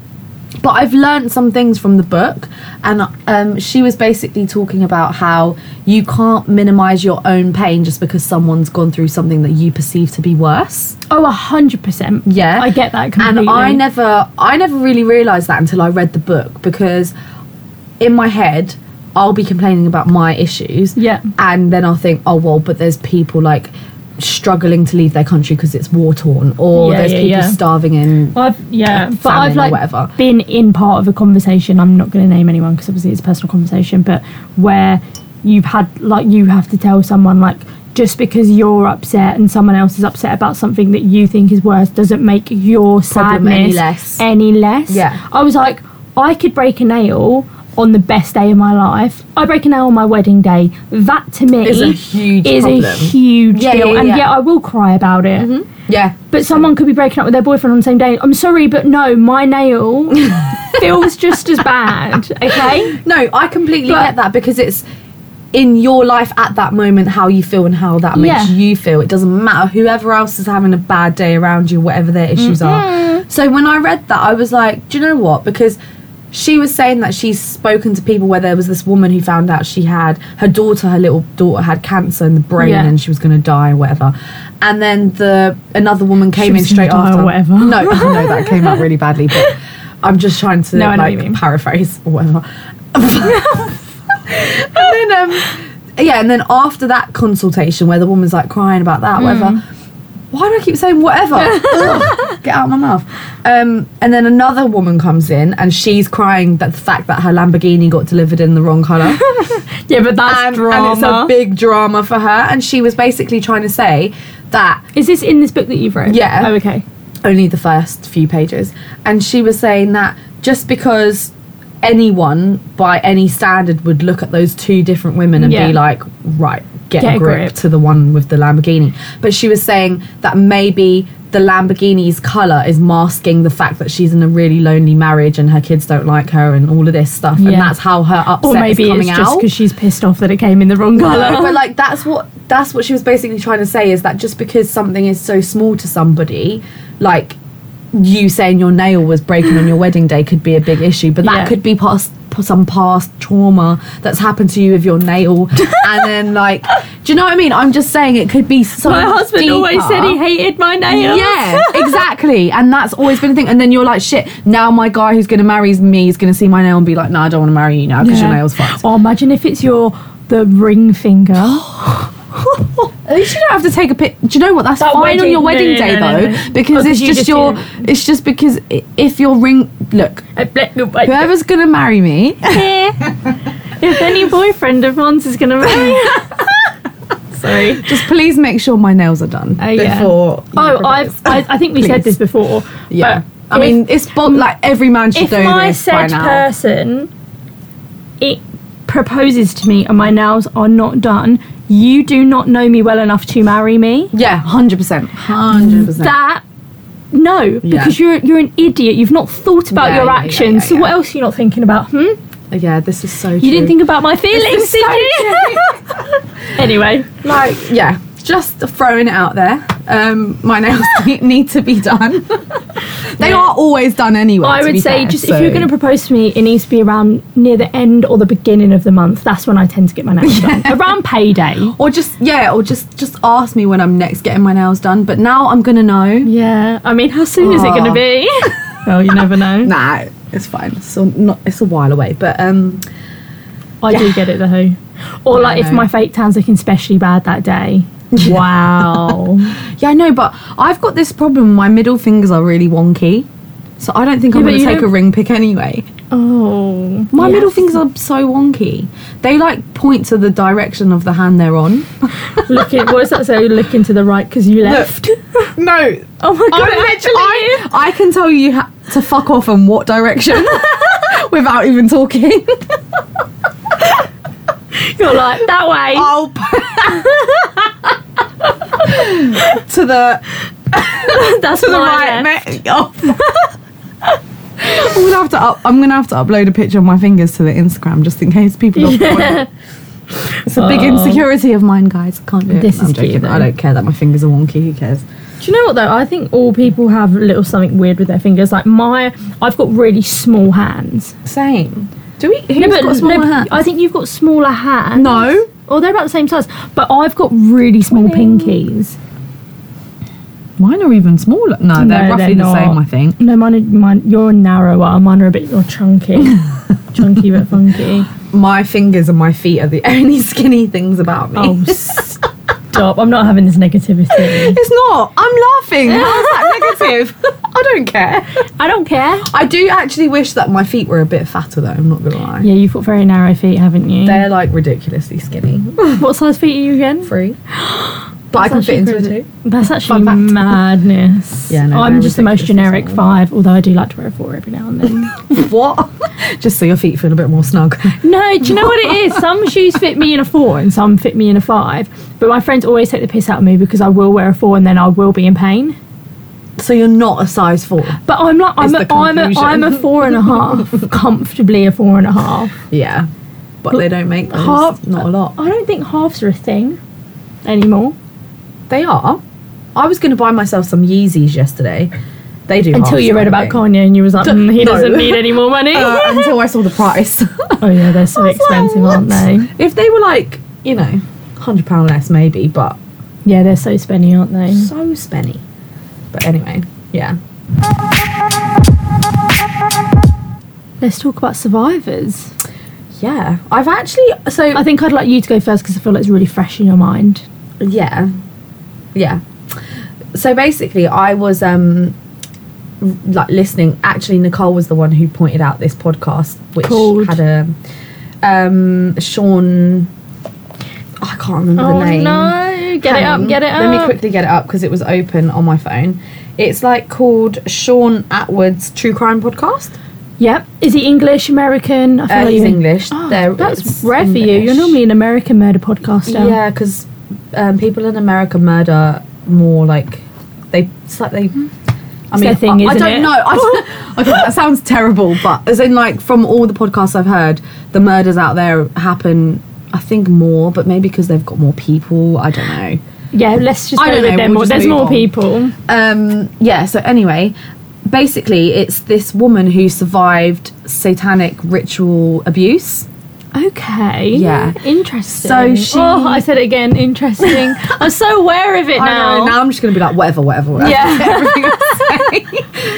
A: but I've learned some things from the book, and um, she was basically talking about how you can't minimize your own pain just because someone's gone through something that you perceive to be worse.
B: Oh, hundred percent.
A: Yeah,
B: I get that completely.
A: And I never, I never really realized that until I read the book because in my head. I'll be complaining about my issues,
B: Yeah.
A: and then I'll think, oh well, but there's people like struggling to leave their country because it's war torn, or
B: Yeah,
A: there's
B: yeah,
A: people
B: yeah.
A: starving in
B: I've yeah, but
A: famine
B: I've
A: or
B: like
A: whatever.
B: been in part of a conversation. I'm not going to name anyone because obviously it's a personal conversation, but where you've had like you have to tell someone like just because you're upset and someone else is upset about something that you think is worse doesn't make your
A: Problem
B: sadness
A: any less.
B: Any less.
A: Yeah.
B: I was like, I could break a nail on the best day of my life. I break a nail on my wedding day. That to me
A: Is a huge
B: is a
A: problem.
B: huge
A: Yeah,
B: deal,
A: yeah,
B: and
A: yeah. Mm-hmm.
B: yeah, I will cry about it.
A: yeah,
B: But someone could be breaking up with their boyfriend on the same day. I'm sorry, but no, my nail feels just as bad. Okay.
A: No, I completely
B: But-
A: get that because it's in your life at that moment how you feel and how that makes
B: Yeah.
A: you feel. It doesn't matter whoever else is having a bad day around you, whatever their issues
B: Mm-hmm.
A: are. So when I read that, I was like, do you know what? Because she was saying that she's spoken to people where there was this woman who found out she had her daughter, her little daughter had cancer in the brain
B: Yeah.
A: and she was going to die or whatever. And then the another woman came in
B: was
A: straight
B: gonna die or
A: after.
B: whatever.
A: No, no, that came out really badly. But I'm just trying to
B: No, I know
A: like
B: what you mean.
A: paraphrase or whatever. and then um yeah and then after that
B: Hmm.
A: consultation where the woman's like crying about that whatever why do I keep saying whatever? Ugh, Get out of my mouth. Um, and then another woman comes in and she's crying that the fact that her Lamborghini got delivered in the wrong colour.
B: Yeah, but that's
A: and,
B: drama.
A: and it's a big drama for her. And she was basically trying to say that
B: Is this in this book that you've read?
A: Yeah.
B: Oh, okay.
A: only the first few pages. And she was saying that just because anyone by any standard would look at those two different women and
B: Yeah.
A: be like, right, get,
B: Get
A: a,
B: a
A: grip
B: grip.
A: to the one with the Lamborghini. But she was saying that maybe the Lamborghini's colour is masking the fact that she's in a really lonely marriage and her kids don't like her and all of this stuff. And
B: Yeah.
A: that's how her upset
B: Or maybe
A: is coming
B: it's
A: out.
B: just because she's pissed off that it came in the wrong
A: No,
B: colour.
A: but like that's what that's what she was basically trying to say is that just because something is so small to somebody, like you saying your nail was breaking on your wedding day could be a big issue, but that
B: Yeah.
A: could be past p- some past trauma that's happened to you with your nail, and then like, do you know what I mean? I'm just saying it could be so.
B: My husband always
A: deeper.
B: said he hated my nails.
A: Yeah,
C: exactly. And that's always been a thing. And then you're like, shit, now my guy who's going to marry me is going to see my nail and be like, no, I don't want to marry you now because your nail's fucked.
B: Or Oh, imagine if it's your the ring finger. Uh,
C: At least you don't have to take a pic. Do you know what? That's
B: That
C: fine on
B: wedding-
C: your
B: no,
C: wedding
B: no,
C: day
B: no, no,
C: though,
B: no.
C: because
B: Oh,
C: it's
B: 'cause you
C: just
B: just
C: your.
B: do-
C: It's just because i- if your ring. Look, whoever's going to marry me.
B: if any boyfriend of mine is going to marry. Sorry.
C: Just please make sure my nails are done.
B: Oh, yeah.
A: Before you
B: Oh,
A: propose.
B: I've, I, I think we said
C: Please.
B: this before.
C: Yeah.
B: but
C: I
B: if-
C: mean, it's bo- like every man should
B: if
C: know
B: my
C: this by
B: said
C: now.
B: person it proposes to me and my nails are not done, you do not know me well enough to marry me.
C: yeah, hundred percent.
A: hundred percent.
B: That no,
A: Yeah.
B: because you're you're an idiot. You've not thought about
A: Yeah,
B: your
A: yeah, yeah,
B: actions.
A: yeah,
B: So what
A: yeah.
B: else are you not thinking about? Hmm?
A: Yeah, this is so.
B: You didn't
A: true.
B: think about my feelings, did you? anyway,
A: like yeah, just throwing it out there. Um, my nails
C: Need- need to be done. they are always done anyway.
B: I
C: to be
B: would say
C: fair,
B: just
C: so-
B: if you're going to propose to me, it needs to be around near the end or the beginning of the month. That's when I tend to get my nails done. Around payday.
C: or just yeah, or just just ask me when I'm next getting my nails done. But now I'm gonna know.
B: Yeah, I mean, how soon is it going to
C: Aw.
B: be? well, you never know.
C: Nah, it's fine. It's a, not, it's a while away, but um,
B: I do get it though. Or like
A: I
B: if
A: know.
B: my fake tan's looking especially bad that day. Wow. yeah,
C: yeah, I know. But I've got this problem. My middle fingers are really wonky, so I don't think I'm
B: but
C: gonna
B: you
C: take a
B: don't-
C: ring pick anyway.
B: Oh.
C: My middle fingers are so wonky. They like point to the direction of the hand they're on.
B: Looking, what does that say? Looking to the right because you left.
C: No,
B: Oh my god,
C: I'm
B: it
C: actually-
B: actually
C: I,
B: is.
C: I can tell you ha- to fuck off and what direction without even talking.
B: You're like, that way.
C: I'll to the
B: That's
C: to the
B: my
C: right.
B: left.
C: mate. Oh. I'm gonna have to up, I'm gonna have to upload a picture of my fingers to the Instagram just in case people. Are It's a big
B: Oh.
C: insecurity of mine, guys. Can't do it.
B: This
C: No, I'm
B: is cute,
C: joking.
B: though.
C: I don't care that my fingers are wonky. Who cares?
B: Do you know what though? I think all people have a little something weird with their fingers. Like my, I've got really small hands.
C: Same. Do we? Who's
B: No, but-
C: got smaller
B: no, but
C: hands?
B: I think you've got smaller hands.
C: No.
B: Or they're about the same size. But I've got really small pinkies.
C: Mine are even smaller. No, they're
B: No,
C: roughly
B: they're
C: the same.
B: not.
C: I think.
B: No, mine, are- mine you're narrower. Mine are a bit more chunky. chunky but funky.
A: my fingers and my feet are the only skinny things about me.
B: Oh, stop. I'm not having this negativity.
C: It's not. I'm laughing. How is that negative?
A: I don't care.
B: I don't care.
A: I do actually wish that my feet were a bit fatter though, I'm not gonna lie.
B: Yeah, you've got very narrow feet, haven't you?
A: They're like ridiculously skinny.
B: what size feet are you again?
A: Free. But I can fit into a two.
B: That's actually
A: fact.
B: madness.
A: Yeah, no,
B: I'm
A: they're
B: just the most
A: ridiculously
B: generic
A: small.
B: five, although I do like to wear a four every now and then.
A: What? Just so your feet feel a bit more snug.
B: No, do you know what it is? Some shoes fit me in a four and some fit me in a five. But my friends always take the piss out of me because I will wear a four and then I will be in pain.
A: So you're not a size four.
B: But I'm like, I'm
A: It's
B: a,
A: the
B: I'm, a, I'm a
A: conclusion.
B: four and a half, comfortably a four and a half.
A: Yeah. But they don't make those.
B: Half-
A: Not a lot.
B: I don't think halves are a thing anymore.
A: They are. I was gonna buy myself some Yeezys yesterday. They do.
B: Until
A: halves,
B: you read
A: I
B: about
A: think.
B: Kanye and you was like, mm, he
A: no.
B: doesn't need any more money.
C: Uh, until I saw the price.
B: oh yeah, they're so expensive, aren't they?
A: If they were like, you know, hundred pound less maybe, but
B: Yeah, they're so spenny, aren't they?
A: so spenny. But anyway, yeah.
B: Let's talk about survivors.
A: Yeah, I've actually so
B: I think I'd like you to go first because I feel like it's really fresh in your mind.
A: yeah, yeah. So basically, I was um like listening, actually Nicole was the one who pointed out this podcast, which
B: Called-
A: had a um, Sean. I can't remember
B: Oh
A: the name.
B: no! Get
A: Hang
B: it up!
A: on.
B: Get it up!
A: Let me quickly get it up because it was open on my phone. It's like called Sean Atwood's True Crime Podcast.
B: Yep. Is he English American? I feel
A: Uh,
B: like
A: he's
B: you-
A: English.
B: Oh,
A: There
B: that's
A: is
B: rare for you. You're
A: English.
B: normally an American murder podcaster.
A: Yeah, because um, people in America murder more like they. It's like they. I
B: Hmm. It's
A: mean,
B: their thing,
A: I, I
B: isn't
A: don't
B: it?
A: know. I don't- okay, that sounds terrible, but as in, like, from all the podcasts I've heard, the murders out there happen. I think more, but maybe because they've got more people. I don't know.
B: Yeah. Let's just.
A: I
B: go
A: don't
B: with
A: know,
B: them.
A: we'll
B: Well,
A: just
B: There's
A: move
B: more
A: on.
B: people.
A: um yeah so anyway basically it's this woman who survived satanic ritual abuse
B: Okay.
A: Yeah.
B: Interesting.
A: So she-
B: Oh, I said it again. Interesting. I'm so aware of it now.
A: I know, now i'm just gonna be like whatever whatever whatever
B: Yeah.
A: Everything I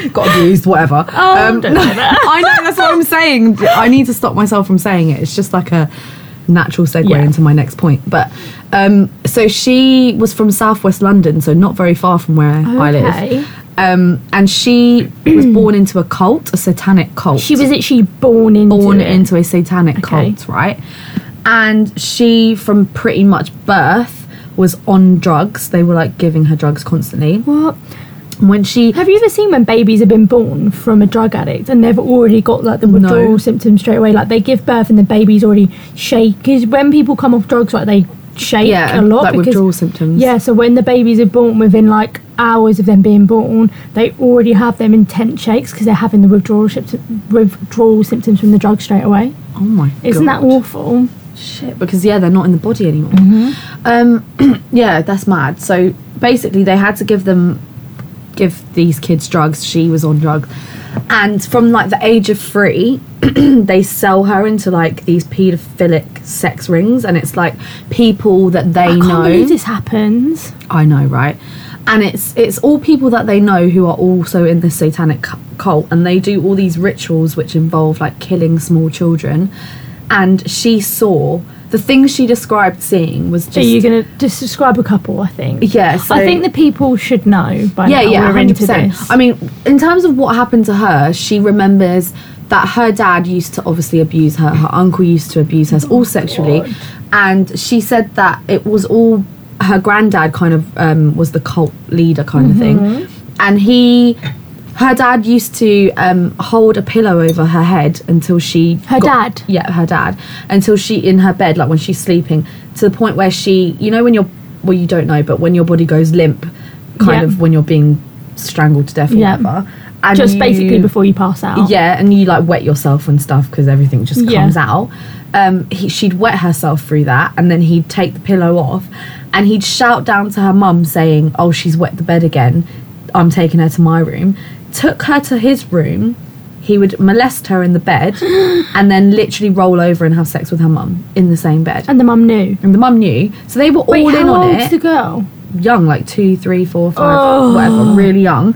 A: say. got abused whatever Um,
B: Oh, don't
A: no,
B: say that.
A: i know that's what i'm saying i need to stop myself from saying it it's just like a natural segue
B: Yeah.
A: into my next point but um so she was from southwest london so not very far from where i
B: Okay.
A: live um, and she was born into a cult, a satanic cult.
B: She was actually born into
A: born
B: it.
A: into a satanic
B: Okay.
A: cult, right? And she, from pretty much birth, was on drugs. They were like giving her drugs constantly.
B: What?
A: When she,
B: Have you ever seen when babies have been born from a drug addict and they've already got like the withdrawal symptoms straight away? Like they give birth and the baby's already shake. Because when people come off drugs, like they shake
A: yeah,
B: a lot.
A: like
B: because,
A: withdrawal symptoms.
B: Yeah, so when the babies are born within like hours of them being born, they already have them intense shakes because they're having the withdrawal, sympt- withdrawal symptoms from the drug straight away.
A: Oh my god.
B: Isn't that awful?
A: Shit, because yeah, they're not in the body anymore.
B: Mm-hmm.
A: Um, yeah, that's mad. So basically, they had to give them, give these kids drugs. She was on drugs, and from like the age of three, they sell her into like these paedophilic sex rings, and it's like people that they
B: I can't
A: know.
B: believe this happens.
A: I know, right? And it's it's all people that they know who are also in the satanic cu- cult, and they do all these rituals which involve like killing small children. And she saw the things she described seeing was just
B: so you're going to just describe a couple, I think.
A: Yeah, so-
B: I think the people should know by
A: yeah,
B: now
A: yeah,
B: we're
A: hundred
B: into
A: percent.
B: this.
A: I mean, in terms of what happened to her, she remembers that her dad used to obviously abuse her. Her uncle used to abuse her, all sexually,
B: Oh, God.
A: and she said that it was all her granddad kind of um, was the cult leader kind of thing,
B: Mm-hmm.
A: and he. Her dad used to um, hold a pillow over her head until she.
B: Her
A: got-
B: dad?
A: Yeah, her dad. Until she in her bed, like when she's sleeping, to the point where she, you know, when you're, well, you don't know, but when your body goes limp, kind
B: Yeah.
A: of when you're being strangled to death or
B: Yeah.
A: whatever. And
B: just basically
A: you-
B: before you pass out.
A: Yeah, and you like wet yourself and stuff because everything just
B: Oh. Yeah.
A: comes out. Um, he, she'd wet herself through that, and then he'd take the pillow off, and he'd shout down to her mum saying, "Oh, she's wet the bed again. I'm taking her to my room." Took her to his room. He would molest her in the bed, and then literally roll over and have sex with her mum in the same bed.
B: And the mum knew.
A: And the mum knew, so they were
B: Wait,
A: all in
B: how
A: on
B: old's
A: it
B: the girl?
A: young, like two, three, four, five,
B: Oh.
A: whatever, really young.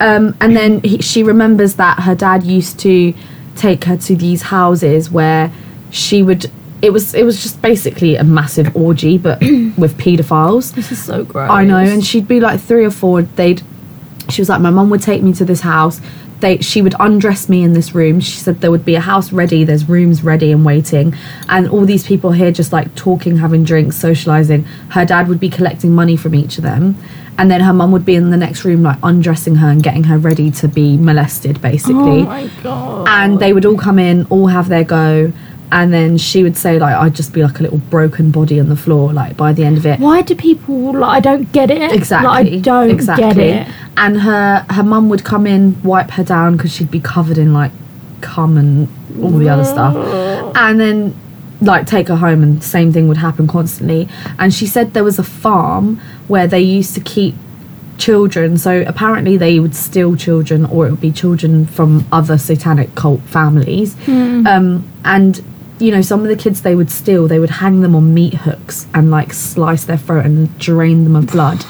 A: Um, and then he, she remembers that her dad used to take her to these houses where she would. It was it was just basically a massive orgy, but with paedophiles.
B: This is so gross.
A: I know, and she'd be like three or four. They'd. She was like, my mum would take me to this house. They, she would undress me in this room. She said there would be a house ready. There's rooms ready and waiting, and all these people here just like talking, having drinks, socializing. Her dad would be collecting money from each of them, and then her mum would be in the next room like undressing her and getting her ready to be molested, basically
B: Oh my god.
A: and they would all come in, all have their go, and then she would say like I'd just be like a little broken body on the floor, like by the end of it.
B: Why do people like I don't get it?
A: Exactly.
B: Like, I don't
A: exactly.
B: get it.
A: And her her mum would come in, wipe her down because she'd be covered in like cum and all the other stuff, and then like take her home, and same thing would happen constantly. And she said there was a farm where they used to keep children so apparently they would steal children or it would be children from other satanic cult families um, and you know some of the kids they would steal they would hang them on meat hooks and like slice their throat and drain them of blood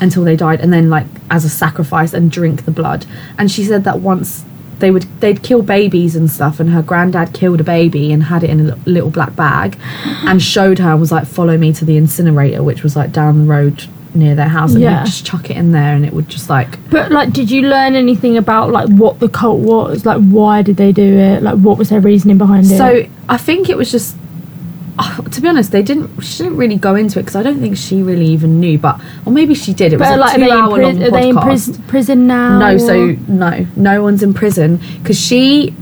A: until they died and then like as a sacrifice and drink the blood and she said that once they would they'd kill babies and stuff and her granddad killed a baby and had it in a li- little black bag and showed her and was like follow me to the incinerator which was like down the road near their house and
B: Yeah.
A: you'd just chuck it in there and it would just like
B: But like, did you learn anything about like what the cult was? Like, why did they do it? Like, what was their reasoning behind it?
A: So I think it was just. oh, to be honest, they didn't. She didn't really go into it because I don't think she really even knew. But or maybe she did. It was
B: but
A: a
B: like, are they, in,
A: two-hour-long
B: pri- are they in
A: podcast.
B: prison, prison now?
A: No, so
B: or-
A: no, no one's in prison because she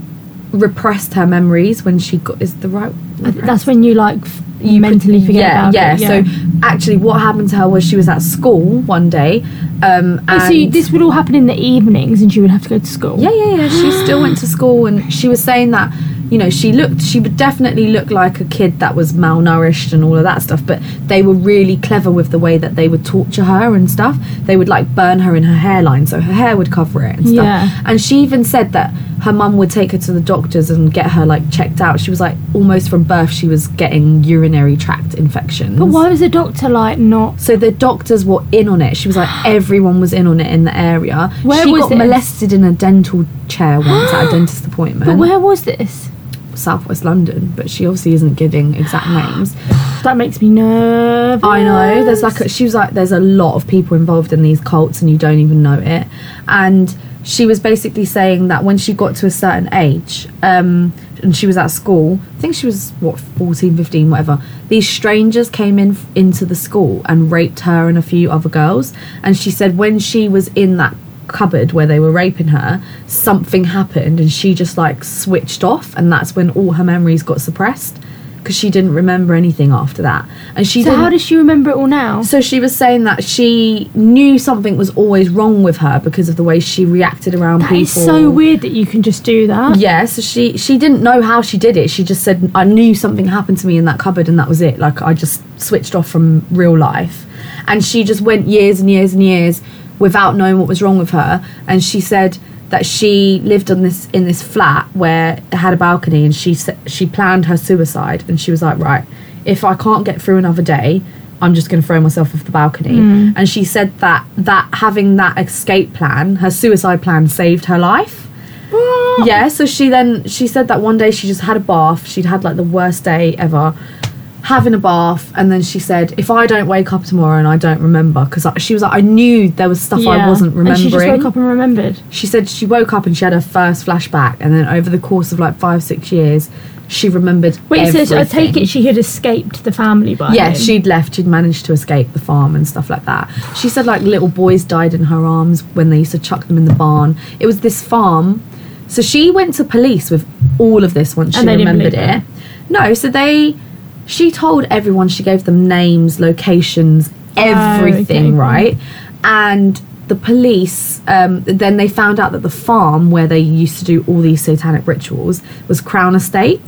A: repressed her memories when she got. Is the right?
B: I think that's when you like f- mentally forget
A: yeah,
B: about
A: yeah.
B: it.
A: So actually, what happened to her was she was at school one day. Um, and
B: Oh, so you- this would all happen in the evenings, and she would have to go to school.
A: Yeah, yeah, yeah. She still went to school, and she was saying that you know she looked, she would definitely look like a kid that was malnourished and all of that stuff. But they were really clever with the way that they would torture her and stuff. They would like burn her in her hairline, so her hair would cover it and stuff.
B: Yeah.
A: And she even said that her mum would take her to the doctors and get her like checked out. She was like almost from birth, she was getting urinary tract infections.
B: But why was the doctor like not?
A: So the doctors were in on it. She was like, everyone was in on it in the area.
B: Where
A: she
B: was
A: got
B: this?
A: molested in a dental chair once at a dentist appointment.
B: But where was this?
A: Southwest London, but she obviously isn't giving exact names.
B: That makes me nervous.
A: I know. There's like a, she was like, there's a lot of people involved in these cults, and you don't even know it. And she was basically saying that when she got to a certain age, um, and she was at school, I think she was what 14, 15, whatever. These strangers came in into the school and raped her and a few other girls. And she said when she was in that cupboard where they were raping her, something happened, and she just like switched off, and that's when all her memories got suppressed. Because she didn't remember anything after that, and she
B: so
A: didn't.
B: how does she remember it all now?
A: So she was saying that she knew something was always wrong with her because of the way she reacted around
B: That
A: people.
B: is so weird that you can just do that.
A: Yeah, so she she didn't know how she did it. She just said I knew something happened to me in that cupboard and that was it. Like I just switched off from real life. And she just went years and years and years without knowing what was wrong with her and she said that she lived on this in this flat where it had a balcony and she sa- she planned her suicide and she was like, right, if I can't get through another day, I'm just going to throw myself off the balcony. And she said that that having that escape plan, her suicide plan saved her life. Yeah, so she then she said that one day she just had a bath. She'd had like the worst day ever, having a bath, and then she said, "If I don't wake up tomorrow and I don't remember, because she was like, I knew there was stuff I
B: Yeah.
A: wasn't remembering."
B: And she just woke up and remembered.
A: She said she woke up and she had her first flashback, and then over the course of like five six years, she remembered.
B: Wait, so I take
A: everything.
B: it she had escaped the family by
A: Yeah,
B: then.
A: she'd left. She'd managed to escape the farm and stuff like that. She said like little boys died in her arms when they used to chuck them in the barn. It was this farm. So she went to police with all of this once
B: And
A: she
B: they didn't
A: remembered
B: believe her.
A: it. No, so they. She told everyone. She gave them names, locations, everything.
B: Oh, okay.
A: Right, and. The police um, then they found out that the farm where they used to do all these satanic rituals was crown estate,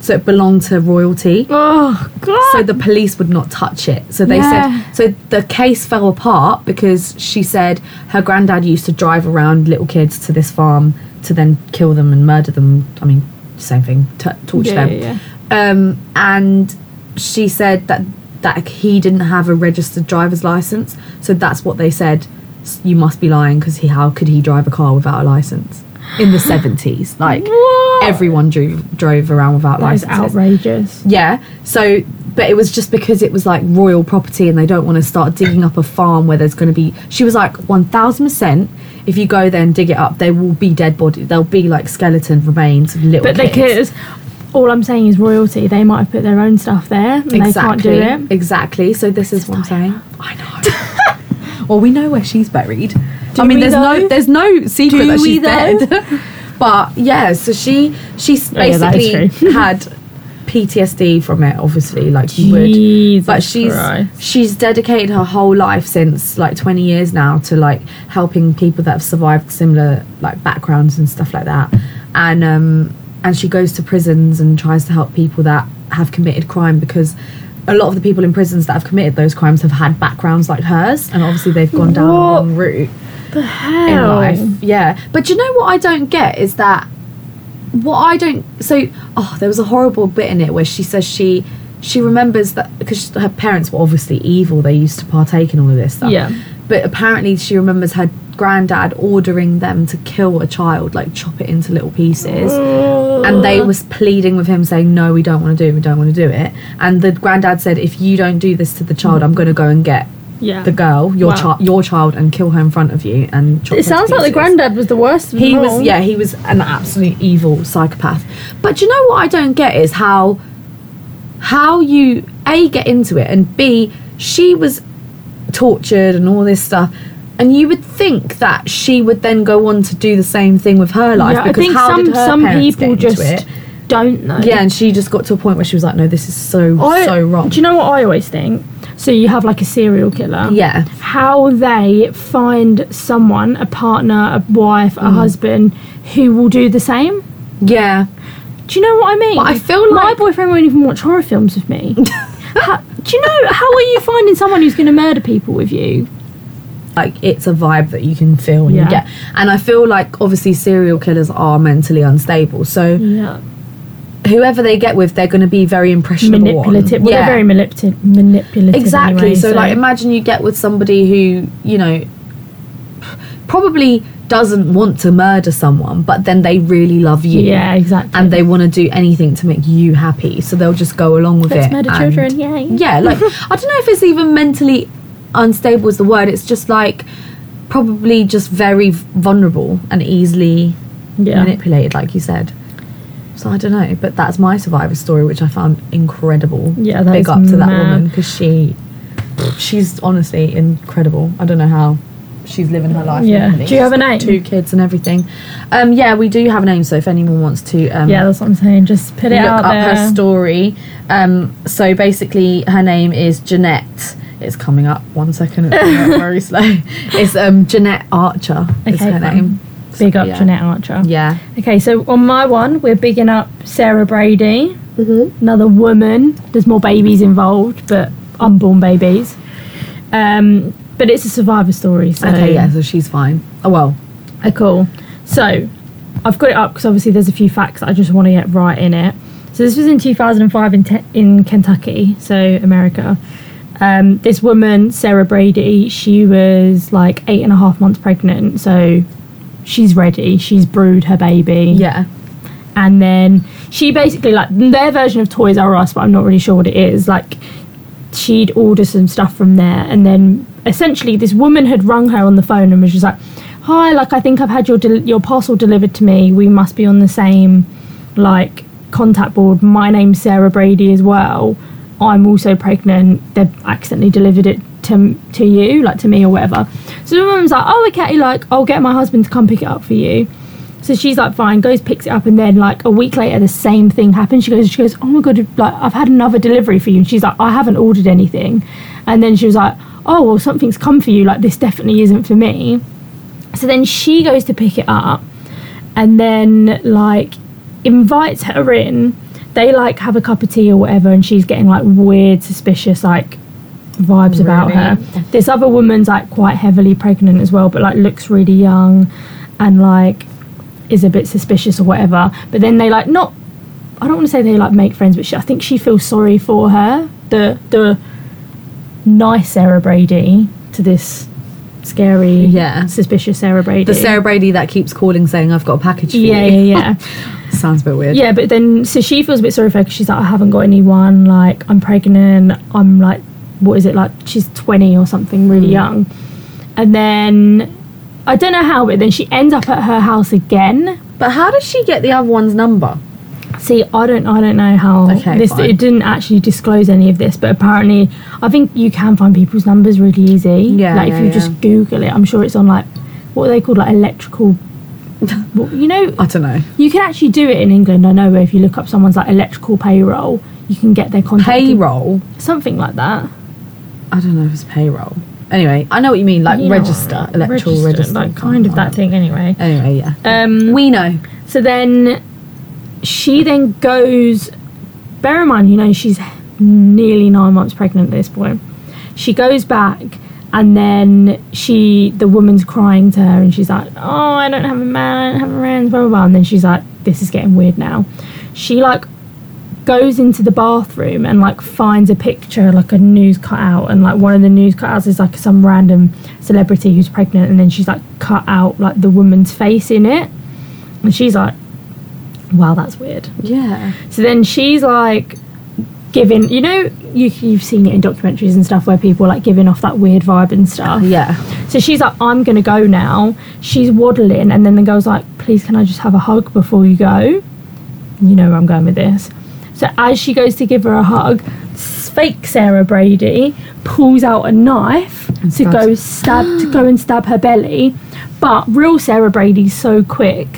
A: so it belonged to royalty
B: Oh god.
A: so the police would not touch it. So they
B: Yeah.
A: said so the case fell apart because she said her granddad used to drive around little kids to this farm to then kill them and murder them. I mean, same thing, t- torture
B: Yeah,
A: them.
B: yeah,
A: Um, and she said that that he didn't have a registered driver's license, so that's what they said. "S- You must be lying because he, how could he drive a car without a license? In the seventies, like
B: What?
A: everyone drove drove around without
B: that is
A: licenses.
B: outrageous.
A: Yeah. So, but it was just because it was like royal property and they don't want to start digging up a farm where there's going to be. She was like, 1000%. If you go there and dig it up, there will be dead bodies. There'll be like skeleton remains of little
B: But they
A: kids.
B: could. All I'm saying is royalty. They might have put their own stuff there, and
A: Exactly.
B: they can't do it.
A: Exactly. So this is what I'm saying. I know. well, we know where she's buried. I mean,
B: we
A: there's
B: though?
A: no there's no secret
B: Do
A: that
B: we
A: she's
B: though?
A: dead. but yeah, so she she s-
B: Oh, yeah, that is
A: basically
B: true.
A: had PTSD from it. Obviously, like you would.
B: Jesus
A: but she's
B: Christ.
A: she's dedicated her whole life since like 20 years now to like helping people that have survived similar like backgrounds and stuff like that and um and she goes to prisons and tries to help people that have committed crime because a lot of the people in prisons that have committed those crimes have had backgrounds like hers and obviously they've gone down the
B: What
A: wrong route
B: the hell.
A: in life. Yeah. But do you know what I don't get is that what I don't so oh there was a horrible bit in it where she says she she remembers that because her parents were obviously evil they used to partake in all of this stuff
B: Yeah.
A: but apparently she remembers her granddad ordering them to kill a child like chop it into little pieces and they was pleading with him saying no we don't want to do it we don't want to do it and the granddad said if you don't do this to the child i'm going to go and get
B: Yeah.
A: the girl, your
B: Wow.
A: child, your child, and kill her in front of you. And chop her
D: It
A: to
D: sounds like the
A: pieces.
D: granddad was the worst. Of
A: He
D: them all.
A: was, yeah, he was an absolute evil psychopath. But do you know what I don't get is how, how you a get into it and b she was tortured and all this stuff. And you would think that she would then go on to do the same thing with her life
B: Yeah, I
A: because
B: think
A: how
B: some
A: did her
B: some
A: parents get
B: people
A: into
B: just
A: it?
B: don't know.
A: yeah, and she just got to a point where she was like, no, this is so
B: I-
A: so wrong.
B: Do you know what I always think? So you have like a serial killer.
A: yeah,
B: How they find someone, a partner, a wife,
A: Mm.
B: a husband, who will do the same.
A: yeah.
B: Do you know what I mean?
A: But I feel
B: my
A: like-
B: boyfriend won't even watch horror films with me. How- do you know how are you finding someone who's going to murder people with you?
A: like it's a vibe that you can feel and
B: Yeah.
A: you get and i feel like obviously serial killers are mentally unstable so
B: Yeah,
A: whoever they get with they're going to be very impressionable on.
B: manipulative. Well,
A: yeah
B: they're very manipulative. Manipulative.
A: exactly
B: anyway,
A: so, like imagine you get with somebody who you know probably doesn't want to murder someone but then they really love you
B: yeah, exactly.
A: and they want to do anything to make you happy so they'll just go along with
B: let's
A: it
B: murder
A: and-
B: children. Yay.
A: yeah like i don't know if it's even mentally unstable is the word it's just like probably just very vulnerable and easily
B: Yeah.
A: manipulated like you said so i don't know but that's my survivor story which i found incredible
B: Yeah, that
A: big
B: is
A: up to that
B: mad.
A: woman because she she's honestly incredible i don't know how she's living her life
B: Yeah.
A: normally.
B: Do you have
A: She's
B: a
A: got
B: name?
A: two kids and everything um yeah we do have a name so if anyone wants to um
B: Yeah, that's what I'm saying. Just put it
A: look
B: out
A: up
B: there.
A: her story. Um, so basically, her name is Jeanette. It's coming up one second. It's coming up very slow. It's um, Jeanette Archer. is
B: Okay,
A: her
B: fine.
A: name.
B: Big up
A: Yeah.
B: Jeanette Archer.
A: Yeah.
B: Okay, so on my one, we're bigging up Sarah Brady,
A: Mm-hmm.
B: another woman. There's more babies involved, but unborn babies. Um, but it's a survivor story, so
A: Okay. Yeah. So she's fine. Oh well.
B: Uh, cool. So I've got it up because obviously there's a few facts that I just want to get right in it. So this was in 2005 in, te- in Kentucky, so America. Um, this woman, Sarah Brady, she was like eight and a half months pregnant, so she's ready. She's brewed her baby
A: Yeah.
B: and then she basically like their version of Toys R Us, but I'm not really sure what it is. Like she'd order some stuff from there, and then essentially this woman had rung her on the phone and was just like, "Hi, like I think I've had your del- your parcel delivered to me. We must be on the same like contact board. My name's Sarah Brady as well. I'm also pregnant. They've accidentally delivered it to to you, like to me or whatever." So the woman was like, "Oh, okay. Like I'll get my husband to come pick it up for you." So she's like, fine, goes, picks it up, and then like a week later, the same thing happens. She goes, she goes, oh my god, like I've had another delivery for you, and she's like, I haven't ordered anything, and then she was like, oh well, something's come for you, like this definitely isn't for me. So then she goes to pick it up, and then like invites her in. They like have a cup of tea or whatever, and she's getting like weird, suspicious like vibes about her. This other woman's like quite heavily pregnant as well, but like looks really young, and like is a bit suspicious or whatever. But then they like not. I don't want to say they like make friends, but she, I think she feels sorry for her. The the nice Sarah Brady to this scary,
A: Yeah.
B: suspicious Sarah Brady.
A: The Sarah Brady that keeps calling saying I've got a package for
B: Yeah,
A: you.
B: yeah, yeah.
A: Sounds a bit weird.
B: Yeah, but then so she feels a bit sorry for her because she's like, I haven't got anyone. Like, I'm pregnant. I'm like, what is it like? She's 20 or something, really
A: Mm.
B: young. And then I don't know how, but then she ends up at her house again.
A: But how does she get the other one's number?
B: See, I don't, I don't know how
A: Okay,
B: this.
A: fine.
B: It didn't actually disclose any of this, but apparently, I think you can find people's numbers really easy.
A: Yeah,
B: like
A: yeah,
B: if you
A: yeah.
B: just Google it, I'm sure it's on like what are they called, like electrical. well, you know,
A: I don't know.
B: You can actually do it in England. I know where if you look up someone's like electrical payroll, you can get their contact.
A: Payroll.
B: Something like that.
A: I don't know if it's payroll. Anyway, I know what you mean. Like
B: You know,
A: register, electoral register,
B: Like kind of that thing anyway.
A: Anyway, yeah.
B: Um,
A: we know.
B: so then she then goes, bear in mind, you know, she's nearly nine months pregnant at this point. She goes back and then she, the woman's crying to her and she's like, oh, I don't have a man, I don't have a friends, blah, blah, blah. And then she's like, this is getting weird now. She like goes into the bathroom and like finds a picture, like a news cutout, and like one of the news cutouts is like some random celebrity who's pregnant, and then she's like cut out like the woman's face in it, and she's like, "Wow, that's weird."
A: Yeah.
B: So then she's like giving, you know, you, you've seen it in documentaries and stuff where people are, like giving off that weird vibe and stuff.
A: Yeah.
B: So she's like, I'm gonna go now. She's waddling, and then the girl's like, Please, can I just have a hug before you go? You know where I'm going with this. So as she goes to give her a hug, s- fake Sarah Brady pulls out a knife to
A: stabs.
B: go stab to go and stab her belly, but real Sarah Brady's so quick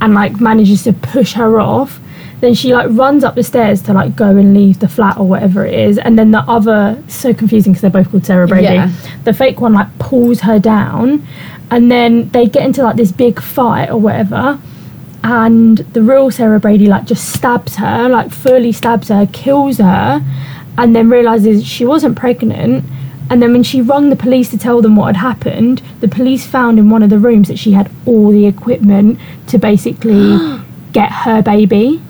B: and like manages to push her off. Then she like runs up the stairs to like go and leave the flat or whatever it is, and then the other so confusing because they're both called Sarah Brady
A: Yeah.
B: the fake one like pulls her down and then they get into like this big fight or whatever and the real sarah brady like just stabs her like fully stabs her kills her and then realizes she wasn't pregnant and then when she rung the police to tell them what had happened the police found in one of the rooms that she had all the equipment to basically get her baby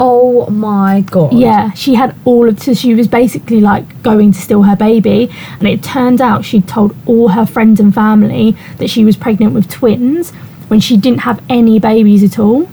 A: Oh my god.
B: yeah, she had all of. So she was basically like going to steal her baby, and it turned out she told all her friends and family that she was pregnant with twins when she didn't have any babies at all.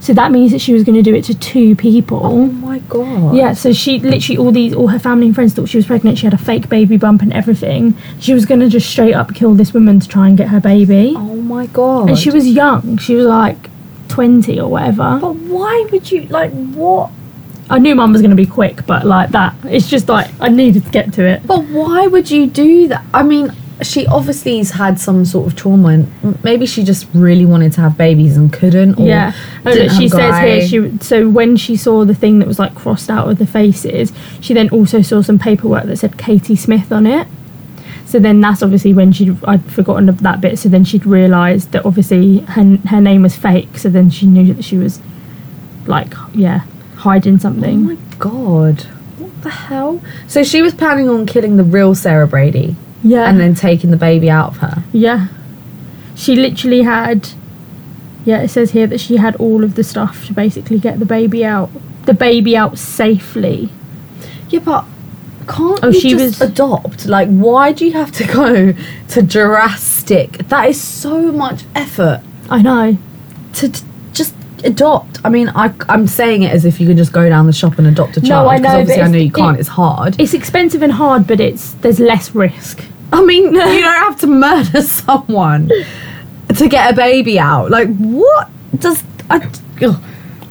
B: So that means that she was going to do it to two
A: Oh
B: people.
A: my god.
B: Yeah, so she literally all these all her family and friends thought she was pregnant. She had a fake baby bump and everything. She was going to just straight up kill this woman to try and get her baby.
A: Oh my god.
B: And she was young. She was like 20 or whatever.
A: But why would you like what?
B: I knew mum was going to be quick, but like that, it's just like I needed to get to it.
A: But why would you do that? I mean, she obviously has had some sort of trauma, and m- maybe she just really wanted to have babies and couldn't. Or
B: Yeah, Oh,
A: didn't
B: look, she
A: have
B: says
A: guy.
B: here. She so when she saw the thing that was like crossed out of the faces, she then also saw some paperwork that said Katie Smith on it. So then that's obviously when she I'd forgotten of that bit. So then she'd realised that obviously her her name was fake. So then she knew that she was like yeah hiding
A: Oh
B: something.
A: my god! What the hell? So she was planning on killing the real Sarah Brady
B: yeah,
A: and then taking the baby out of her.
B: Yeah. She literally had. Yeah, it says here that she had all of the stuff to basically get the baby out. The baby out safely.
A: Yeah, but can't
B: Oh,
A: you
B: she
A: just
B: was-
A: adopt? Like, why do you have to go to drastic? That is so much effort.
B: I know.
A: to t- just adopt. I mean, I, I'm saying it as if you can just go down the shop and adopt a
B: No,
A: child.
B: I
A: 'cause
B: know, but
A: Obviously, I
B: it's-
A: know you can't.
B: it-
A: it's hard.
B: It's expensive and hard, but it's there's less risk.
A: I mean, you don't have to murder someone to get a baby out. Like, what does I? ugh.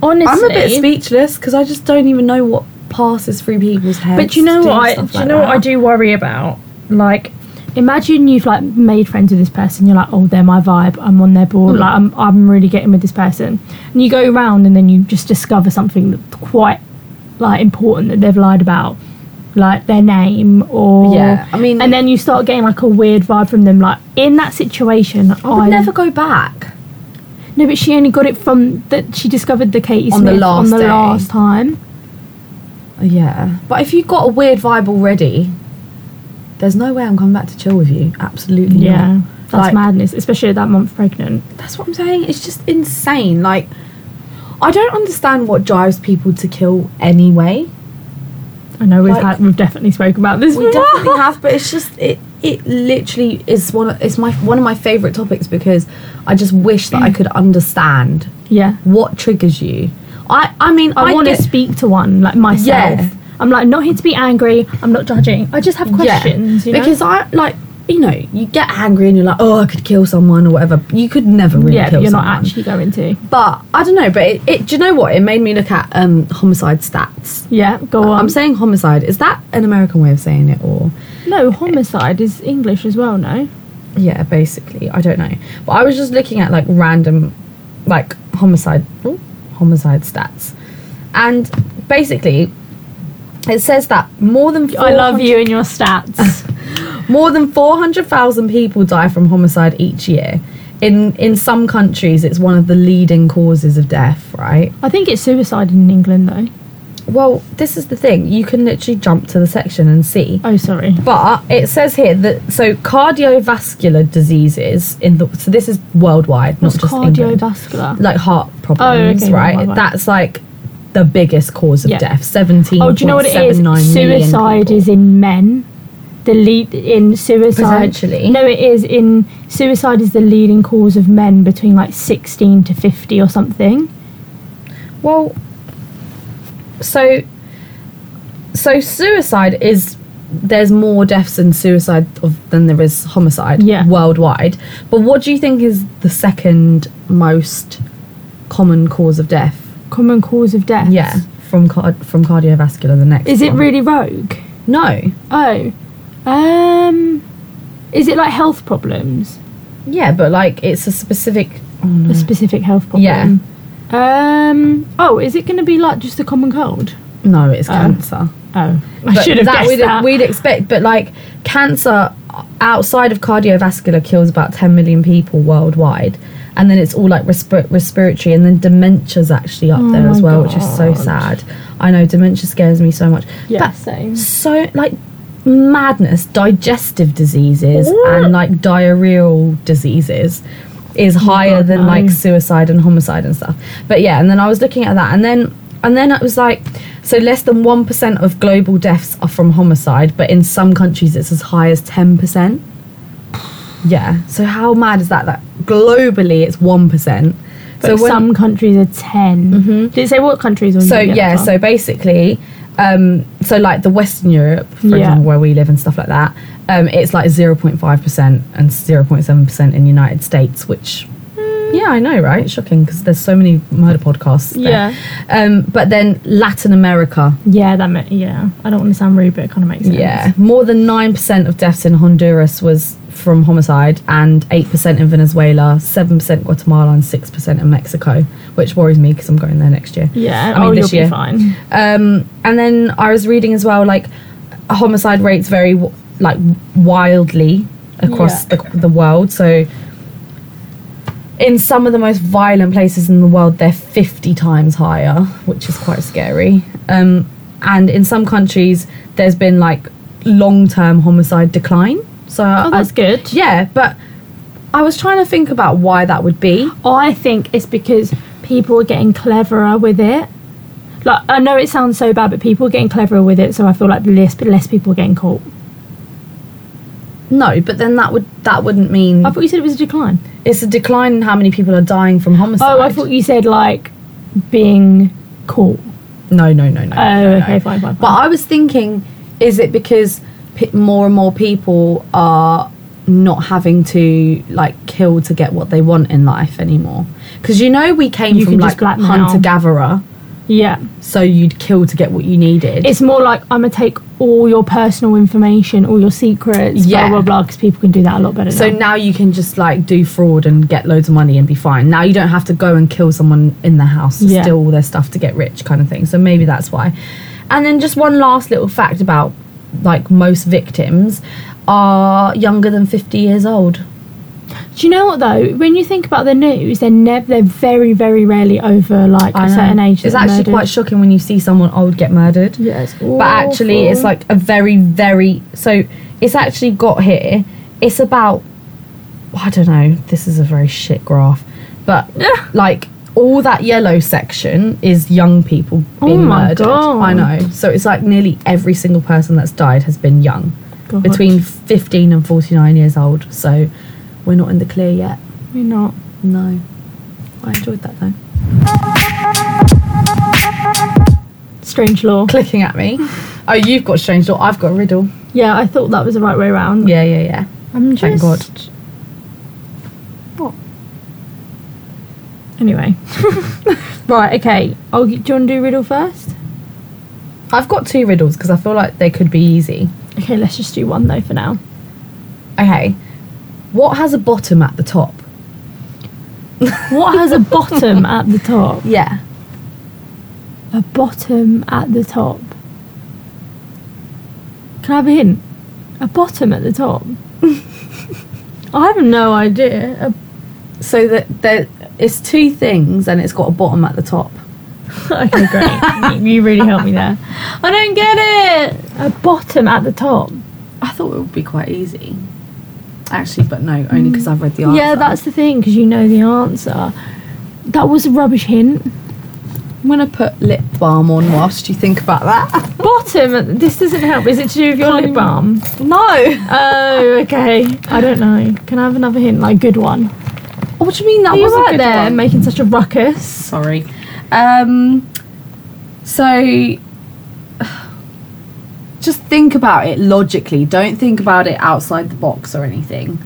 B: Honestly,
A: I'm a bit speechless because I just don't even know what passes through people's heads.
B: But do you know
A: doing
B: what? I, do
A: stuff
B: you
A: like
B: know what I
A: that.
B: do worry about? Like, imagine you've like made friends with this person. You're like, oh, they're my vibe. I'm on their
A: Hmm.
B: board. Like, I'm I'm really getting with this person. And you go around and then you just discover something that's quite like important that they've lied about, like their name or
A: Yeah, I mean-
B: And then you start getting like a weird vibe from them. Like in that situation, I,
A: I would never go back.
B: No, but she only got it from that she discovered the Katie
A: On the
B: Smith
A: last
B: on the
A: day.
B: last time.
A: Yeah, but if you've got a weird vibe already, there's no way I'm coming back to chill with you. Absolutely not.
B: Yeah, that's
A: Like-
B: madness, especially at that month pregnant.
A: That's what I'm saying. It's just insane. Like, I don't understand what drives people to kill anyway.
B: I know we've
A: Like-
B: had we've definitely spoken about this.
A: We definitely have, but it's just it. It literally is one. Of, it's my one of my favorite topics because I just wish that I could understand
B: yeah.
A: what triggers you. I I mean
B: I,
A: I,
B: want to
A: get-
B: speak to one like myself.
A: Yeah.
B: I'm like not here to be angry. I'm not judging. I just have questions. you know?
A: because I like you know you get angry and you're like oh I could kill someone or whatever. You could never really
B: yeah,
A: kill
B: but you're
A: someone.
B: not actually going to.
A: But I don't know. But it, it do you know what? It made me look at um homicide stats.
B: Yeah, go on.
A: I'm saying homicide. Is that an American way of saying it, or
B: no, homicide is English as well. No,
A: yeah, basically, I don't know. But I was just looking at like random, like homicide, ooh, homicide stats, and basically, it says that more than
B: I love
A: 400
B: you and your stats.
A: More than four hundred thousand people die from homicide each year. In in some countries, it's one of the leading causes of death. Right.
B: I think it's suicide in England though.
A: Well, this is the thing. You can literally jump to the section and see.
B: Oh, sorry.
A: But it says here that so cardiovascular diseases in the so this is worldwide,
B: What's
A: not just England.
B: cardiovascular?
A: Like heart problems,
B: okay,
A: right?
B: right, right.
A: That's like the biggest cause of
B: Yeah.
A: death. Seventeen.
B: Oh, do you know what it is? Suicide is in men. The lead in suicide.
A: Potentially.
B: No, it is in suicide is the leading cause of men between like sixteen to fifty or something.
A: well. So So suicide is there's more deaths in suicide of, than there is homicide
B: Yeah.
A: worldwide. But what do you think is the second most common cause of death?
B: Common cause of death.
A: Yeah, from car- from cardiovascular. The next
B: Is it
A: one.
B: really rogue?
A: No.
B: Oh. Um. Is it like health problems?
A: Yeah, but like it's a specific. Oh no.
B: A specific health problem?
A: Yeah.
B: Um. Oh, is it going to be like just a common cold?
A: No, it's
B: Oh.
A: cancer.
B: Oh, I
A: But
B: should have
A: that
B: guessed
A: we'd,
B: that.
A: We'd expect, but like cancer outside of cardiovascular kills about 10 million people worldwide. And then it's all like respi- respiratory, and then dementia's actually up
B: Oh
A: there as
B: my
A: well, which is so
B: God.
A: sad. I know dementia scares me so much.
B: yeah,
A: But
B: same.
A: so like madness, digestive diseases, and like diarrheal diseases is higher
B: Oh God,
A: than
B: no.
A: like suicide and homicide and stuff. But yeah, and then I was looking at that, and then and then it was like so less than one percent of global deaths are from homicide, but in some countries it's as high as ten percent. Yeah. So how mad is that? That globally it's one percent.
B: But some countries are 10. Mm-hmm. Did it say what countries? Or
A: So
B: did you get
A: yeah,
B: that
A: so basically, um, so like the Western Europe, for
B: Yeah.
A: example, where we live and stuff like that, um, it's like zero point five percent and zero point seven percent in the United States, which.
B: Hmm.
A: Yeah, I know, right? Shocking because there's so many murder podcasts. there.
B: Yeah.
A: Um, but then Latin America,
B: from? Yeah, that meant, yeah. I don't want to sound rude, but it kind of makes sense.
A: yeah, more than nine percent of deaths in Honduras was from homicide, and eight percent in Venezuela, seven percent Guatemala, and six percent in Mexico, which worries me because I'm going there next year.
B: Yeah,
A: I mean,
B: oh,
A: this
B: you'll
A: year.
B: be fine.
A: Um, and then I was reading as well, like homicide rates vary w- like wildly across
B: Yeah.
A: the, the world. So in some of the most violent places in the world, they're 50 times higher, which is quite scary. Um, and in some countries, there's been like long-term homicide decline. So
B: Oh, that's good.
A: yeah, but I was trying to think about why that would be.
B: I think it's because people are getting cleverer with it. Like, I know it sounds so bad, but people are getting cleverer with it, so I feel like less, less people are getting caught.
A: No, but then that would that wouldn't mean
B: I thought you said it was a decline.
A: it's a decline in how many people are dying from homicide.
B: Oh, I thought you said, like, being caught.
A: No, no, no, no.
B: Oh,
A: no, no.
B: okay, fine, fine, fine.
A: Uh, But I was thinking, is it because p- more and more people are not having to like kill to get what they want in life anymore? Because you know we came
B: You
A: from
B: can just
A: like
B: blackmail.
A: hunter gatherer,
B: yeah.
A: so you'd kill to get what you needed.
B: It's more like I'm gonna take all your personal information, all your secrets,
A: Yeah.
B: blah blah blah, because people can do that a lot better.
A: so
B: now.
A: now you can just like do fraud and get loads of money and be fine. Now you don't have to go and kill someone in their house to
B: Yeah.
A: steal all their stuff to get rich, kind of thing. So maybe that's why. And then just one last little fact about like most victims are younger than 50 years old.
B: do you know what though? When you think about the news, they're nev- they're very very rarely over like a certain age.
A: It's
B: that
A: actually
B: murder-
A: quite shocking when you see someone old get murdered.
B: Yeah, it's
A: But actually, it's
B: awful.
A: like a very, very. So it's actually got here. It's about. I don't know. This is a very shit graph. But like all that yellow section is young people
B: Oh
A: being
B: my
A: murdered.
B: God.
A: I know. So it's like nearly every single person that's died has been young.
B: God.
A: Between 15 and 49 years old. So we're not in the clear yet.
B: You're not.
A: No. I enjoyed that though.
B: Strange law.
A: clicking at me. Oh, you've got strange law. I've got a riddle.
B: Yeah, I thought that was the right way around.
A: Yeah, yeah, yeah.
B: I'm
A: Thank God.
B: just. What? Anyway. right. Okay. I'll, do you want to do riddle first?
A: I've got two riddles because I feel like they could be easy.
B: Okay, let's just do one though for now.
A: Okay. What has a bottom at the top?
B: What has a bottom at the top?
A: Yeah.
B: A bottom at the top. Can I have a hint? A bottom at the top. I have no idea.
A: So that there, it's two things and it's got a bottom at the top.
B: A, okay, great. you really helped me there. I don't get it. A bottom at the top.
A: I thought it would be quite easy. Actually, but no, only because I've read the answer.
B: Yeah, that's the thing because you know the answer. That was a rubbish hint.
A: I'm gonna put lip balm on whilst you think about that.
B: Bottom. at- This doesn't help. Is it to do with your lip balm?
A: no.
B: Oh, okay. I don't know. Can I have another hint? Like good one.
A: Oh, What do you mean that
B: Are you
A: was a
B: right
A: good
B: there
A: one?
B: making such a ruckus?
A: Sorry. Um, so
C: just think about it logically. Don't think about it outside the box or anything.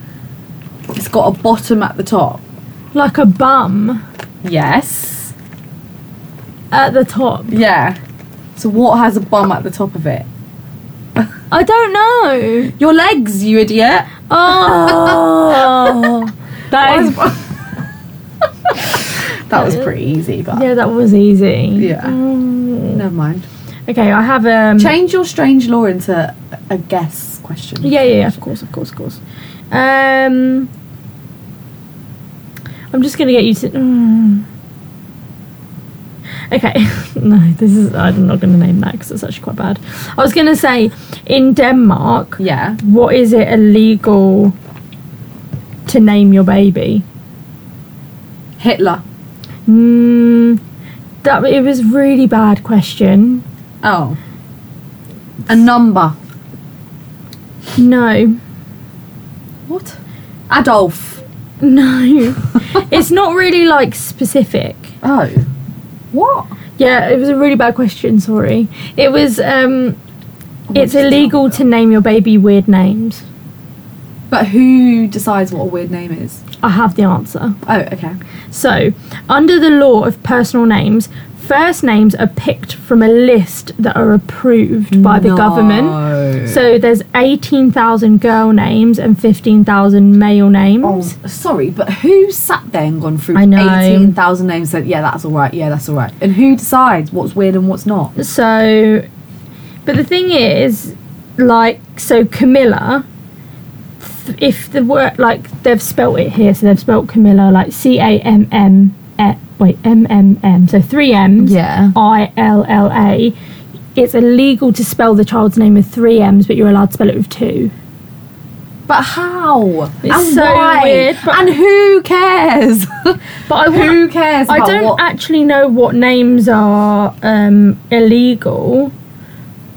C: It's got a bottom at the top.
B: Like a bum
C: Yes.
B: at the top.
C: Yeah. So what has a bum at the top of it?
B: I don't know.
C: Your legs, you idiot.
B: Oh, that is.
C: That was pretty easy, but
B: Yeah, that was easy.
C: Yeah.
B: Um,
C: never mind.
B: okay, I have um.
C: Change your strange law into a guess question.
B: Yeah, yeah, yeah, of course, of course, of course. Um, I'm just gonna get you to. Mm. Okay, no, this is. I'm not gonna name that because it's actually quite bad. I was gonna say, in Denmark,
C: Yeah.
B: what is it illegal to name your baby?
C: Hitler.
B: Mm, that it was really bad question.
C: Oh. A number.
B: No,
C: What? Adolf.
B: no, it's not really like specific.
C: Oh. What?
B: Yeah, it was a really bad question, sorry. It was um it's illegal to name your baby weird names.
C: But who decides what a weird name is?
B: I have the answer.
C: Oh, okay.
B: So, under the law of personal names, first names are picked from a list that are approved by the government. So there's 18,000 girl names and 15,000 male
C: Oh,
B: names.
C: sorry, but who sat there and gone through
B: I know.
C: 18,000 names and said, yeah, that's all right, yeah, that's all right? And who decides what's weird and what's not?
B: So, but the thing is, like, so Camilla, th- if the word, like, they've spelt it here, so they've spelt Camilla, like, C A M M, E, wait, M M M, so three M's,
A: Yeah.
B: I L L A. It's illegal to spell the child's name with three M's, but you're allowed to spell it with two.
C: But how?
B: It's
C: and
B: so
C: why?
B: weird, but-
C: and who cares?
B: But I want,
C: who cares?
B: I
C: about
B: don't
C: what-
B: actually know what names are um, illegal,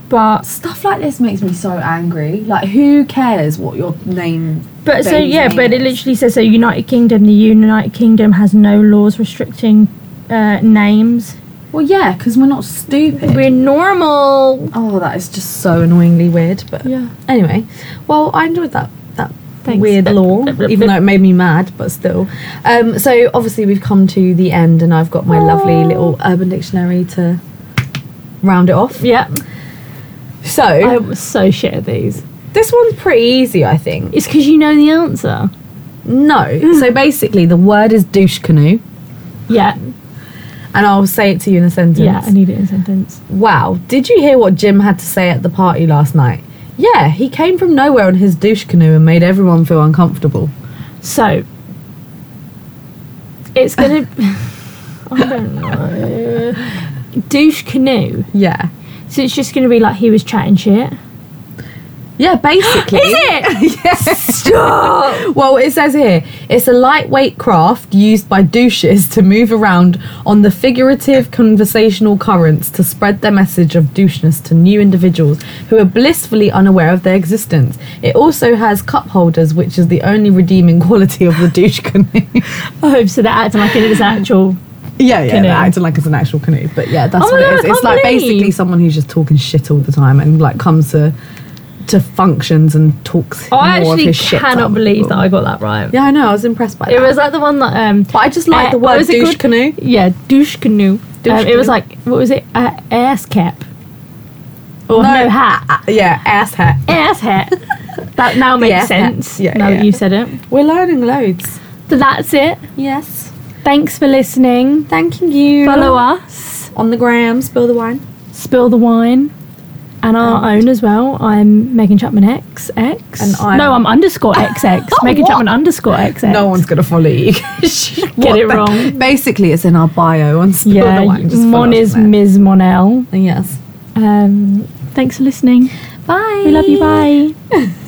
B: but
C: Stuff like this makes me so angry. Like, who cares what your name?
B: But so
C: baby's
B: yeah,
C: name
B: but it
C: is?
B: literally says so. United Kingdom, the United Kingdom has no laws restricting uh, names.
C: Well, yeah, because we're not stupid.
B: We're normal.
C: oh, that is just.
A: So annoyingly weird, but
B: Yeah.
A: anyway. Well, I enjoyed that that
B: Thanks.
A: weird
B: Blip,
A: law,
B: blip, blip,
A: even though
B: blip.
A: it made me mad, but still. Um, so obviously we've come to the end, and I've got my lovely little Urban Dictionary to round it off.
B: Yeah,
A: So
B: I was so shit at these.
A: this one's pretty easy, I think.
B: It's because you know the answer.
A: No.
B: Mm.
A: so basically, the word is douche canoe,
B: Yeah,
A: and I'll say it to you in a sentence.
B: yeah. I need it in a sentence.
A: Wow, did you hear what Jim had to say at the party last night? Yeah, he came from nowhere on his douche canoe and made everyone feel uncomfortable.
B: So it's gonna. I don't know. Douche canoe.
A: Yeah.
B: So it's just gonna be like he was chatting shit. Is
A: Yeah, basically.
B: it?
A: Stop! well, it says here it's a lightweight craft used by douches to move around on the figurative conversational currents to spread their message of doucheness to new individuals who are blissfully unaware of their existence. It also has cup holders, which is the only redeeming quality of the douche canoe.
B: Oh, so they're acting like it is actual.
A: Yeah, yeah,
B: Canoe.
A: they're acting like it's an actual canoe, but yeah, that's
B: Oh my
A: what
B: God,
A: it
B: I
A: is. It's
B: can't
A: like
B: believe-
A: basically someone who's just talking shit all the time and like comes to to functions and talks.
B: I
A: more of
B: actually
A: his shit to
B: cannot
A: other
B: believe
A: people.
B: that I got that right.
A: Yeah, I know. I was impressed by
B: It
A: that.
B: was like the one that um
A: but I just like
B: uh,
A: the
B: what
A: word
B: was it
A: douche
B: called?
A: canoe.
B: yeah, douche canoe.
A: Douche
B: um, it
A: canoe.
B: was like what was it? Uh, ass cap. Or no, hat.
A: Uh, yeah, ass hat.
B: Ass hat. that now makes
A: ass hat.
B: sense.
A: Yeah,
B: now
A: yeah.
B: that you said it.
A: We're learning loads.
B: So that's it.
A: Yes.
B: Thanks for listening.
A: Thanking you.
B: Follow us.
A: on the gram. Spill the wine.
B: Spill the wine. And our own as well. I'm Megan Chapman X X.
A: And I'm-
B: no, I'm underscore XX. Megan
A: What?
B: Chapman underscore XX.
A: No one's gonna follow you.
B: Get it wrong.
A: Basically, it's in our bio on Spill
B: Yeah,
A: the wine. Just follow
B: Mon
A: us
B: is
A: on there.
B: Ms. Monel.
A: Yes.
B: Um, thanks for listening.
A: Bye.
B: We love you. Bye.